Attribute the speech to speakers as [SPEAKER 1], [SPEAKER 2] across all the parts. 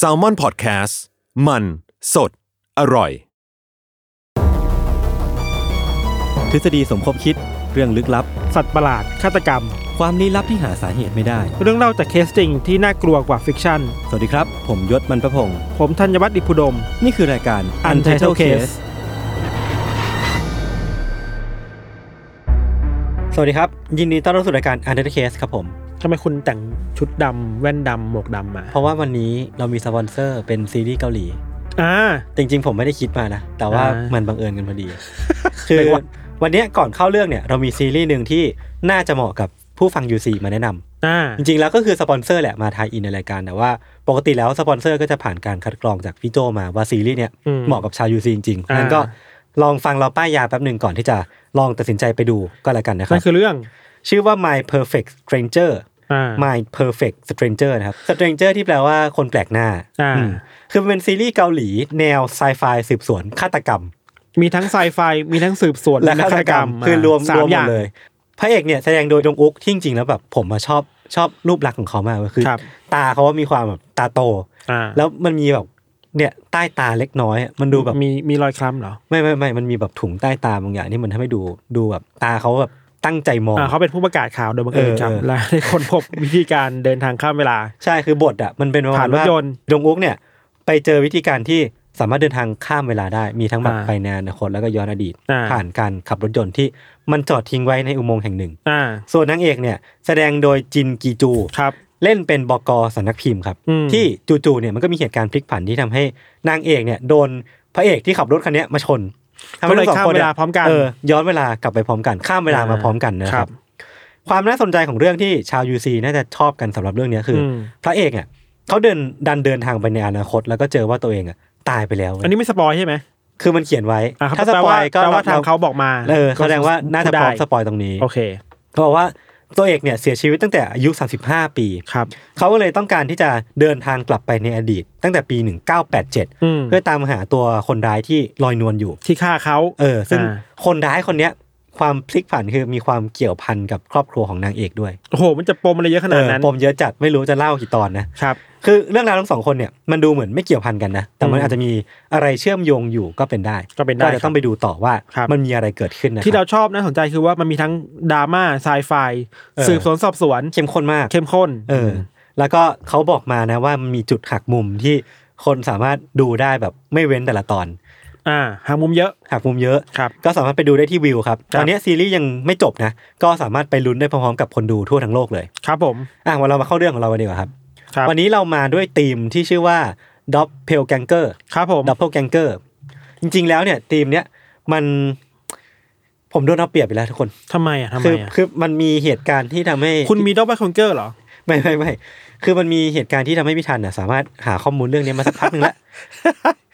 [SPEAKER 1] s a l m o n PODCAST มันสดอร่อย
[SPEAKER 2] ทฤษฎีสมคบคิดเรื่องลึกลับ
[SPEAKER 3] สัตว์ประหลาด ฆาตกรรม
[SPEAKER 2] ความลี้ลับที่หาสาเหตุไม่ได้
[SPEAKER 3] เรื่องเล่าจากเคสจริงที่น่ากลัวกว่าฟิกชั่น
[SPEAKER 2] สวัสดีครับ ผมยศมันประพงศ์
[SPEAKER 3] ผมธัญวัฒน์อิพุดม
[SPEAKER 2] นี่คือรายการ
[SPEAKER 3] Untitled Case
[SPEAKER 2] สวัสดีครับ ยินดีต้อนรับสู่รายการ Untitled Case ครับผม
[SPEAKER 3] ทำไมคุณแต่งชุดดำแว่นดำหมวกดำมา
[SPEAKER 2] เพราะว่าวันนี้เรามีสปอนเซอร์เป็นซีรีส์เกาหลี
[SPEAKER 3] อ่า
[SPEAKER 2] จริงๆ ผมไม่ได้คิดมานะ แต่ว่า
[SPEAKER 3] อ่ามั
[SPEAKER 2] มันบังเอิญกันพอดี คือ
[SPEAKER 3] เป็นว่า
[SPEAKER 2] วันเนี้ยก่อนเข้าเรื่องเนี่ย เรามีซีรีส์หนึ่งที่น่าจะเหมาะกับผู้ฟัง UC มาแนะนำ
[SPEAKER 3] อ่า
[SPEAKER 2] จริงๆ แล้วก็คือสปอนเซอร์แหละมาทายอินในรายการ แต่ว่าปกติแล้วสปอนเซอร์ก็จะผ่านการคัดกรองจากพี่โจมาว่าซีรีส์เนี่ย
[SPEAKER 3] อืม
[SPEAKER 2] เหมาะกับชาวยูซีจริงๆ
[SPEAKER 3] อ่า
[SPEAKER 2] งั้นก็ลองฟังเราป้ายยาแป๊บหนึ่งก่อนที่จะลองตัดสินใจไปดูก็แล้วกันนะครั
[SPEAKER 3] นั่
[SPEAKER 2] บ
[SPEAKER 3] นคือเรื่อง
[SPEAKER 2] ชื่อว่า My Perfect Stranger
[SPEAKER 3] อ่า
[SPEAKER 2] My Perfect Stranger นะครับ Stranger ที่แปลว่าคนแปลกหน้า
[SPEAKER 3] อ่า
[SPEAKER 2] อืมคือมันเป็นซีรีส์เกาหลีแนวไซไฟสืบสวนฆาตกรรม
[SPEAKER 3] มีทั้งไซไฟ มีทั้งสืบสวน
[SPEAKER 2] และฆาตกรรมคือรวม
[SPEAKER 3] สาร ม
[SPEAKER 2] วม
[SPEAKER 3] อ
[SPEAKER 2] หม
[SPEAKER 3] ย่าง
[SPEAKER 2] ดเลยพระเอกเนี่ยแสดงโดยจงอุกที่จริงๆแล้วแบบผมมาชอบชอบรูปลักษณ์ของเขามากเลยคือ
[SPEAKER 3] ครับ
[SPEAKER 2] ตาเขาว่ามีความแบบตาโต
[SPEAKER 3] อ่า
[SPEAKER 2] แล้วมันมีแบบเนี่ยใต้ตาเล็กน้อยอะมันดูแบบ
[SPEAKER 3] มีมีรอยคล้ำเหรอ
[SPEAKER 2] ไม่ไม่ไม่มันมีแบบถุงใต้ตาบางอย่างที่มันทำให้ดูดูแบบตาเขาแบบตั้งใจมอง
[SPEAKER 3] อ่าเขาเป็นผู้ประกาศข่าวโดยบังเอิญ
[SPEAKER 2] เออ
[SPEAKER 3] ครับ
[SPEAKER 2] เออ
[SPEAKER 3] และได้ค้นพบวิธีการเดินทางข้ามเวลา
[SPEAKER 2] ใช่คือบทอ่ะมันเป็นประมา
[SPEAKER 3] ผ่า
[SPEAKER 2] ณ
[SPEAKER 3] นรถ
[SPEAKER 2] ว่าย
[SPEAKER 3] นต์
[SPEAKER 2] ดงอุกเนี่ยไปเจอวิธีการที่สามารถเดินทางข้ามเวลาได้ มีทั้งแบบ
[SPEAKER 3] อ่า
[SPEAKER 2] ไปในอนาคตแล้วก็ย้อนอดีต
[SPEAKER 3] อ่า
[SPEAKER 2] ผ่านการขับรถยนต์ที่มันจอดทิ้งไว้ในอุโมงค์แห่งหนึ่ง
[SPEAKER 3] อ่า
[SPEAKER 2] ส่วนนางเอกเนี่ยแสดงโดยจินกีจู
[SPEAKER 3] ครับ
[SPEAKER 2] เล่นเป็นบกสันนักพิมพ์ครับ
[SPEAKER 3] อืม
[SPEAKER 2] ที่จู่ๆเนี่ยมันก็มีเหตุการณ์พลิกผันที่ทำให้นางเอกเนี่ยโดนพระเอกที่ขับรถคันเนี้ยมาชนทำ
[SPEAKER 3] ก็
[SPEAKER 2] ให้
[SPEAKER 3] เลย
[SPEAKER 2] ทั้งสอ
[SPEAKER 3] ข้าม
[SPEAKER 2] งคน
[SPEAKER 3] เว
[SPEAKER 2] นี่
[SPEAKER 3] ลาพร้อมกัน
[SPEAKER 2] เออย้อนเวลากลับไปพร้อมกันข้ามเวลามา
[SPEAKER 3] อ่า
[SPEAKER 2] พร้อมกันนะค
[SPEAKER 3] ครั
[SPEAKER 2] รับ
[SPEAKER 3] บ
[SPEAKER 2] ความน่าสนใจของเรื่องที่ชาวยูซีน่าจะชอบกันสำหรับเรื่องเนี้ยคืออ
[SPEAKER 3] ม
[SPEAKER 2] พระเอกเนี่ยเขาเดินดันเดินทางไปในอนาคต แล้วก็เจอว่าตัวเองอ่ะตายไปแล้วเว้ย
[SPEAKER 3] อันนี้ไม่สปอยใช่ไหม
[SPEAKER 2] คือมันเขียนไว้
[SPEAKER 3] อ่าครับ
[SPEAKER 2] ถ้าส
[SPEAKER 3] แปล
[SPEAKER 2] ปอ
[SPEAKER 3] ว่าย
[SPEAKER 2] ก็
[SPEAKER 3] แปลว่าทางเขาบอกมา
[SPEAKER 2] เออแสดงว่าน่าจะพร้อม
[SPEAKER 3] ได้
[SPEAKER 2] สปอยตรงนี้
[SPEAKER 3] โอเค
[SPEAKER 2] เขาบอกว่าตัวเอกเนี่ยเสียชีวิตตั้งแต่อายุ 35 ปี
[SPEAKER 3] ครับ
[SPEAKER 2] เขาก็เลยต้องการที่จะเดินทางกลับไปในอดีต ตั้งแต่ปี 1987
[SPEAKER 3] อืม
[SPEAKER 2] เพื่อตามหาตัวคนร้ายที่ลอยนวลอยู่
[SPEAKER 3] ที่ฆ่าเขา
[SPEAKER 2] เออ ซึ่ง
[SPEAKER 3] อ่า
[SPEAKER 2] คนร้ายคนเนี้ย ความพลิกผันคือมีความเกี่ยวพันกับครอบครัวของนางเอกด้วย
[SPEAKER 3] โอ้โห มันจะปมอะไรเยอะขนาดนั้น
[SPEAKER 2] เออปมเยอะจัดไม่รู้จะเล่ากี่ตอนนะ
[SPEAKER 3] ครับ
[SPEAKER 2] คือเรื่องราวทั้งสองคนเนี่ยมันดูเหมือนไม่เกี่ยวพันกันนะ แต่มัน
[SPEAKER 3] อืม
[SPEAKER 2] อาจจะมีอะไรเชื่อมโยงอยู่ก็เป็นได้
[SPEAKER 3] ก็เป็นได้
[SPEAKER 2] จะต้องไปดูต่อว่า
[SPEAKER 3] ครับ
[SPEAKER 2] มันมีอะไรเกิดขึ้นนะคบ
[SPEAKER 3] ที่เราชอบน่าสนใจคือว่ามันมีทั้งดราม่าไซไฟ
[SPEAKER 2] เออ
[SPEAKER 3] สืบสวนสอบสวน
[SPEAKER 2] เข้มข้นมาก
[SPEAKER 3] เข้มข้น
[SPEAKER 2] เอออแล้วก็เขาบอกมานะว่ามันมีจุดหักมุมที่คนสามารถดูได้แบบไม่เว้นแต่ละตอน
[SPEAKER 3] อ่าหางมุมเยอะ
[SPEAKER 2] หักมุมเยอะ
[SPEAKER 3] ครับ
[SPEAKER 2] ก็สามารถไปดูได้ที่วิวครับ
[SPEAKER 3] ครับ
[SPEAKER 2] ตอนนี้ซีรีส์ยังไม่จบนะ ก็สามารถไปลุ้นได้พร้อมๆกับคนดูทั่วทั้งโลกเลย
[SPEAKER 3] ครับผม
[SPEAKER 2] อ่ะวันเรามาเข้าเรื่องของเรากันดีกว่าครับ
[SPEAKER 3] ครับ
[SPEAKER 2] วันนี้เรามาด้วยธีมที่ชื่อว่าด็อปเพลแกงเกอร์
[SPEAKER 3] ครับผม
[SPEAKER 2] ด็อปเพลแกงเกอร์จริงๆแล้วเนี่ยธีมเนี้ยมันผมโดนเอาเปรียบไปแล้วทุกคน
[SPEAKER 3] ทำไมอ่ะทำไม
[SPEAKER 2] คือ
[SPEAKER 3] อ่ะ
[SPEAKER 2] คือมันมีเหตุการณ์ที่ทำให้
[SPEAKER 3] คุณมีดอบเบิลคอนเกอร์เหรอ
[SPEAKER 2] ไม่ไม่ไม่คือมันมีเหตุการณ์ที่ทำให้พี่ทันน่ะสามารถหาข้อมูลเรื่องนี้มาสักพักหนึ่งแล้ว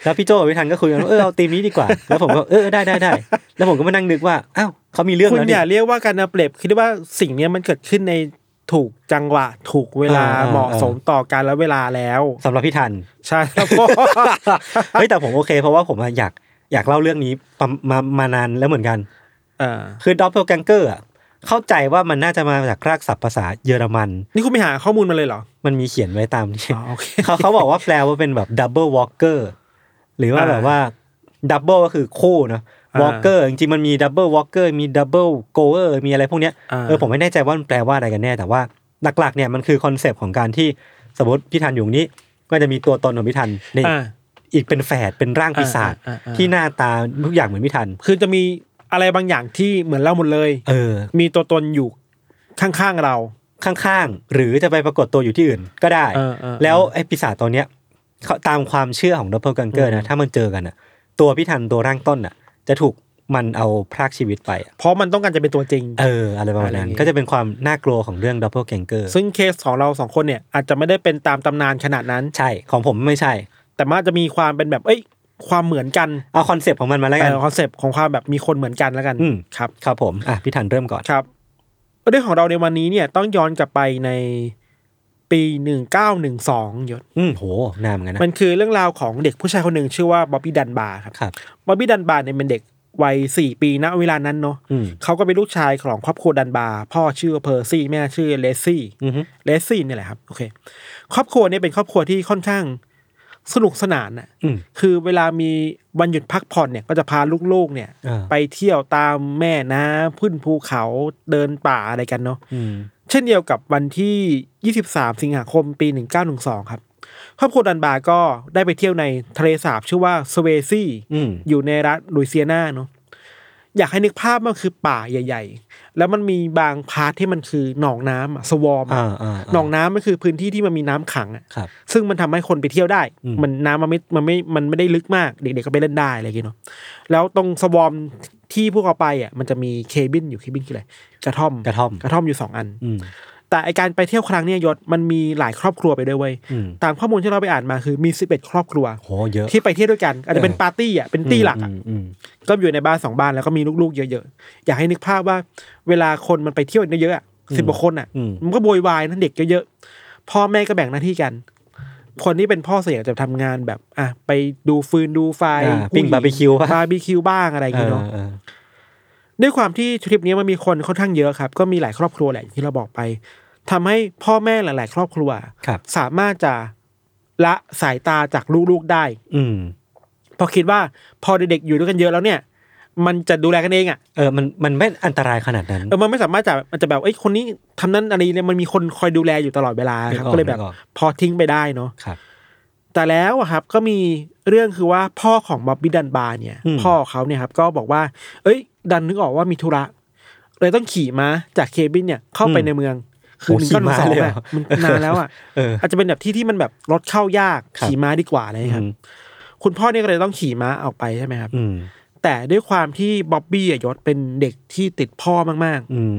[SPEAKER 2] แล้วพี่โจกับพี่ทันก็คุยกันว่าเออเอาธีมนี้ดีกว่า แล้วผมก็เออได้ได้ได้แล้วผมก็มานั่งนึกว่าอ้าวเขามีเรื่อง
[SPEAKER 3] คุณ
[SPEAKER 2] แล้ว
[SPEAKER 3] อ
[SPEAKER 2] นี่
[SPEAKER 3] ย่าเรียกว่าการเอาเปรียบคิดว่าสิ่งเนี้ยมันเกิดขึ้นในถูกจังหวะ ถูกเวลา
[SPEAKER 2] เออเออ
[SPEAKER 3] เหมาะสมต่อการและเวลาแล้ว
[SPEAKER 2] สำหรับพี่ทัน
[SPEAKER 3] ใช่ครับ
[SPEAKER 2] เฮ้ยแต่ผมโอเค เพราะว่าผมอะอยากอยากเล่าเรื่องนี้ประมามานานแล้วเหมือนกัน
[SPEAKER 3] เออ
[SPEAKER 2] คือด o ปเ e ลแกงเกอร์เข้าใจว่ามันน่าจะมาจากรากศัพท์ภาษาเยอรมัน
[SPEAKER 3] นี่คุณไปหาข้อมูลมาเลยเหรอ
[SPEAKER 2] มันมีเขียนไว้ตามที่
[SPEAKER 3] อ๋อโอเค
[SPEAKER 2] เขาเขาบอกว่าแปลว่าเป็นแบบดับเบิลวอล์กเกอร์หรือว่า
[SPEAKER 3] อ่า
[SPEAKER 2] แบบว่าดับเบิลก็คือคู่เนอะ
[SPEAKER 3] อ่าว
[SPEAKER 2] อล์กเกอร์จริงๆมันมีดับเบิลวอล์กเกอร์มีดับเบิลโกเออร์มีอะไรพวกเนี้ย
[SPEAKER 3] อ่า
[SPEAKER 2] เออผมไม่แน่ใจว่ามันแปลว่าอะไรกันแน่ แต่ว่าหลักๆเนี่ยมันคือคอนเซปต์ของการที่สมมติพี่ทันอยู่นี้ ก็จะมีตัวตนของพี่ทันใน
[SPEAKER 3] อ่า
[SPEAKER 2] อีกเป็นแฝดเป็นร่างปีศาจ
[SPEAKER 3] อ่าอ่าอ่า
[SPEAKER 2] ที่หน้าตาทุกอย่างเหมือนไม่ทัน
[SPEAKER 3] คือจะมีอะไรบางอย่างที่เหมือนเราหมดเลย
[SPEAKER 2] เออ
[SPEAKER 3] มีตัวตนอยู่ข้างๆเรา
[SPEAKER 2] ข้างๆ หรือจะไปปรากฏตัวอยู่ที่อื่นก็ได้
[SPEAKER 3] เออเออ
[SPEAKER 2] แล้วไอ้ปีศาจตัวเนี้ยเขาตามความเชื่อของดับเบิลกังเกอร์นะ ถ้ามันเจอกันอ่ะ ตัวพี่ทันตัวร่างต้นอ่ะ จะถูก มันเอาพรากชีวิตไปอะ
[SPEAKER 3] เพราะมันต้องการจะเป็นตัวจริง
[SPEAKER 2] เออ อะไรประมาณนั้น
[SPEAKER 3] อะไรอย่างงี้
[SPEAKER 2] ก็จะเป็นความน่ากลัวของเรื่องดับเบิลแกงเกอร์
[SPEAKER 3] ซึ่งเคสของเราสองคนเนี่ยอาจจะไม่ได้เป็นตามตำนานขนาดนั้น
[SPEAKER 2] ใช่ของผมไม่ใช่
[SPEAKER 3] แต่มันอาจจะมีความเป็นแบบเอ้ยความเหมือนกัน
[SPEAKER 2] เอาคอนเซปต์ของมันมาแล้วกัน
[SPEAKER 3] คอนเซปต์ของความแบบมีคนเหมือนกันแล้วกัน
[SPEAKER 2] อืม
[SPEAKER 3] ครับ
[SPEAKER 2] ครับผมอ่ะพี่ทันเริ่มก่อน
[SPEAKER 3] ครับ เรื่องของเราในวันนี้เนี่ยต้องย้อนกลับไปในปีหนึ่งเก้าหนึ่งสองยศ
[SPEAKER 2] อืมโหนานเหมือนกันนะ
[SPEAKER 3] มันคือเรื่องราวของเด็กผู้ชายคนหนึ่งชื่อว่าบ๊อบบี้ดันบาร์ครับ
[SPEAKER 2] ครับ
[SPEAKER 3] บ๊อบบี้ดันบาร์เนี่ยเป็นเด็กวัยสี่ปีณเวลานั้นเนาะ
[SPEAKER 2] อืม
[SPEAKER 3] เขาก็เป็นลูกชายของครอบครัวดันบาร์พ่อชื่อเพอร์ซี่แม่ชื่อเลซี่
[SPEAKER 2] อือฮึ
[SPEAKER 3] เลสซี่นี่แหละครับโอเค ครอบครัวเนี่ยเป็นครอบครัวที่ค่อนข้างสนุกสนานน่ะ
[SPEAKER 2] อืม
[SPEAKER 3] คือเวลามีวันหยุดพักผ่อนเนี่ยก็จะพาลูกๆเนี่ย
[SPEAKER 2] อ่า
[SPEAKER 3] ไปเที่ยวตามแม่น้ำพื้นภูเขาเดินป่าอะไรกันเนาะ
[SPEAKER 2] อืม
[SPEAKER 3] เช่นเดียวกับวันที่ 23 สิงหาคมปี 1912 ครับ ครอบครัวดันบาร์ก็ได้ไปเที่ยวในทะเลสาบชื่อว่าสเวซี่
[SPEAKER 2] อืม
[SPEAKER 3] อยู่ในรัฐลุยเซียนาเนาะอยากให้นึกภาพมันคือป่าใหญ่ ๆ แล้วมันมีบางพาร์ทที่มันคือหนองน้ำสวอม
[SPEAKER 2] อ่าอ่าา
[SPEAKER 3] หนองน้ำมันคือพื้นที่ที่มันมีน้ำขังอะ
[SPEAKER 2] ครับ
[SPEAKER 3] ซึ่งมันทำให้คนไปเที่ยวได้
[SPEAKER 2] อืม
[SPEAKER 3] มันน้ำมันไม่ มันไม่ มันไม่ได้ลึกมาก เด็กๆก็ไปเล่นได้อะไรอย่างเงี้ยเนาะ แล้วตรงสวอมที่พวกเราไปอ่ะ มันจะมีเคบินอยู่เคบินคืออะไร กระท่อม
[SPEAKER 2] กระท่อม
[SPEAKER 3] กระท่อมอยู่สองอัน
[SPEAKER 2] อืม
[SPEAKER 3] แต่ไอการไปเที่ยวครั้งเนี้ยยศ มันมีหลายครอบครัวไปด้วยเว้ย
[SPEAKER 2] อืม
[SPEAKER 3] ตามข้อมูลที่เราไปอ่านมาคือมีสิบเอ็ดครอบครัว
[SPEAKER 2] โหเยอะ
[SPEAKER 3] ที่ไปเที่ยวด้วยกัน อาจจะเป็นปาร์ตี้อ่ะ เป็นตี้หลักอ่ะ
[SPEAKER 2] มอืม
[SPEAKER 3] ก็อยู่ในบ้านสองบ้านแล้วก็มีลูกๆเยอะๆ อยากให้นึกภาพว่า เวลาคนมันไปเที่ยวเยอะๆอะสิบกว่าคนอ่ะ
[SPEAKER 2] อืม
[SPEAKER 3] มันก็โวยวายนั่นเด็กเยอะๆ พ่อแม่ก็แบ่งหน้าที่กัน คนที่เป็นพ่อเสียจะทำงานแบบอ่ะไปดูฟืนดูไฟ
[SPEAKER 2] อ่าปิ้งบาร์บีคิว ป่ะ
[SPEAKER 3] บาร์บีคิวบ้างอะไรอย่างเงี้ยเนาะ
[SPEAKER 2] เออ
[SPEAKER 3] ด้วยความที่ทริปนี้มันมีคนค่อนข้างเยอะครับ ก็มีหลายครอบครัวแหละอย่างที่เราบอกไปทำให้พ่อแม่หลาย ๆ ครอบครัว
[SPEAKER 2] ครับ
[SPEAKER 3] สามารถจะละสายตาจากลูกๆได้
[SPEAKER 2] อืม
[SPEAKER 3] เพราะคิดว่าพอเด็กๆอยู่ด้วยกันเยอะแล้วเนี่ย มันจะดูแลกันเองอ่ะ
[SPEAKER 2] เออ มัน มันไม่อันตรายขนาดนั้น
[SPEAKER 3] เออมันไม่สามารถจะมันจะแบบไอ้ยคนนี้ทำนั้นอะไรเนี่ยมันมีคนคอยดูแลอยู่ตลอดเวลาครับ
[SPEAKER 2] นึกออก
[SPEAKER 3] ก็เลยแบบ
[SPEAKER 2] นึกออก
[SPEAKER 3] พอทิ้งไปได้เนาะ
[SPEAKER 2] ครับ
[SPEAKER 3] แต่แล้วอะครับก็มีเรื่องคือว่าพ่อของบ๊อบบี้ดันบาร์เนี่ย
[SPEAKER 2] อืม
[SPEAKER 3] พ่อเขาเนี่ยครับก็บอกว่า เอ้ย ดันนึกออกว่ามีธุระเลยต้องขี่ม้าจากเคบินเนี่ยเข้าไปในเมือง คือหนึ่งก้อนสอง
[SPEAKER 2] เลย
[SPEAKER 3] อะมันนานแล้ว อ่ะ
[SPEAKER 2] เออ
[SPEAKER 3] อาจจะเป็นแบบที่ที่มันแบบรถเข้ายาก
[SPEAKER 2] ครับ
[SPEAKER 3] ขี่ม้าดีกว่าอะไรอย่างเลยครับ คุณพ่อเนี่ยก็เลยต้องขี่ม้าออกไปใช่ไหมครับ
[SPEAKER 2] อืม
[SPEAKER 3] แต่ด้วยความที่บ๊อบบี้อะยศเป็นเด็กที่ติดพ่อมากๆ
[SPEAKER 2] อืม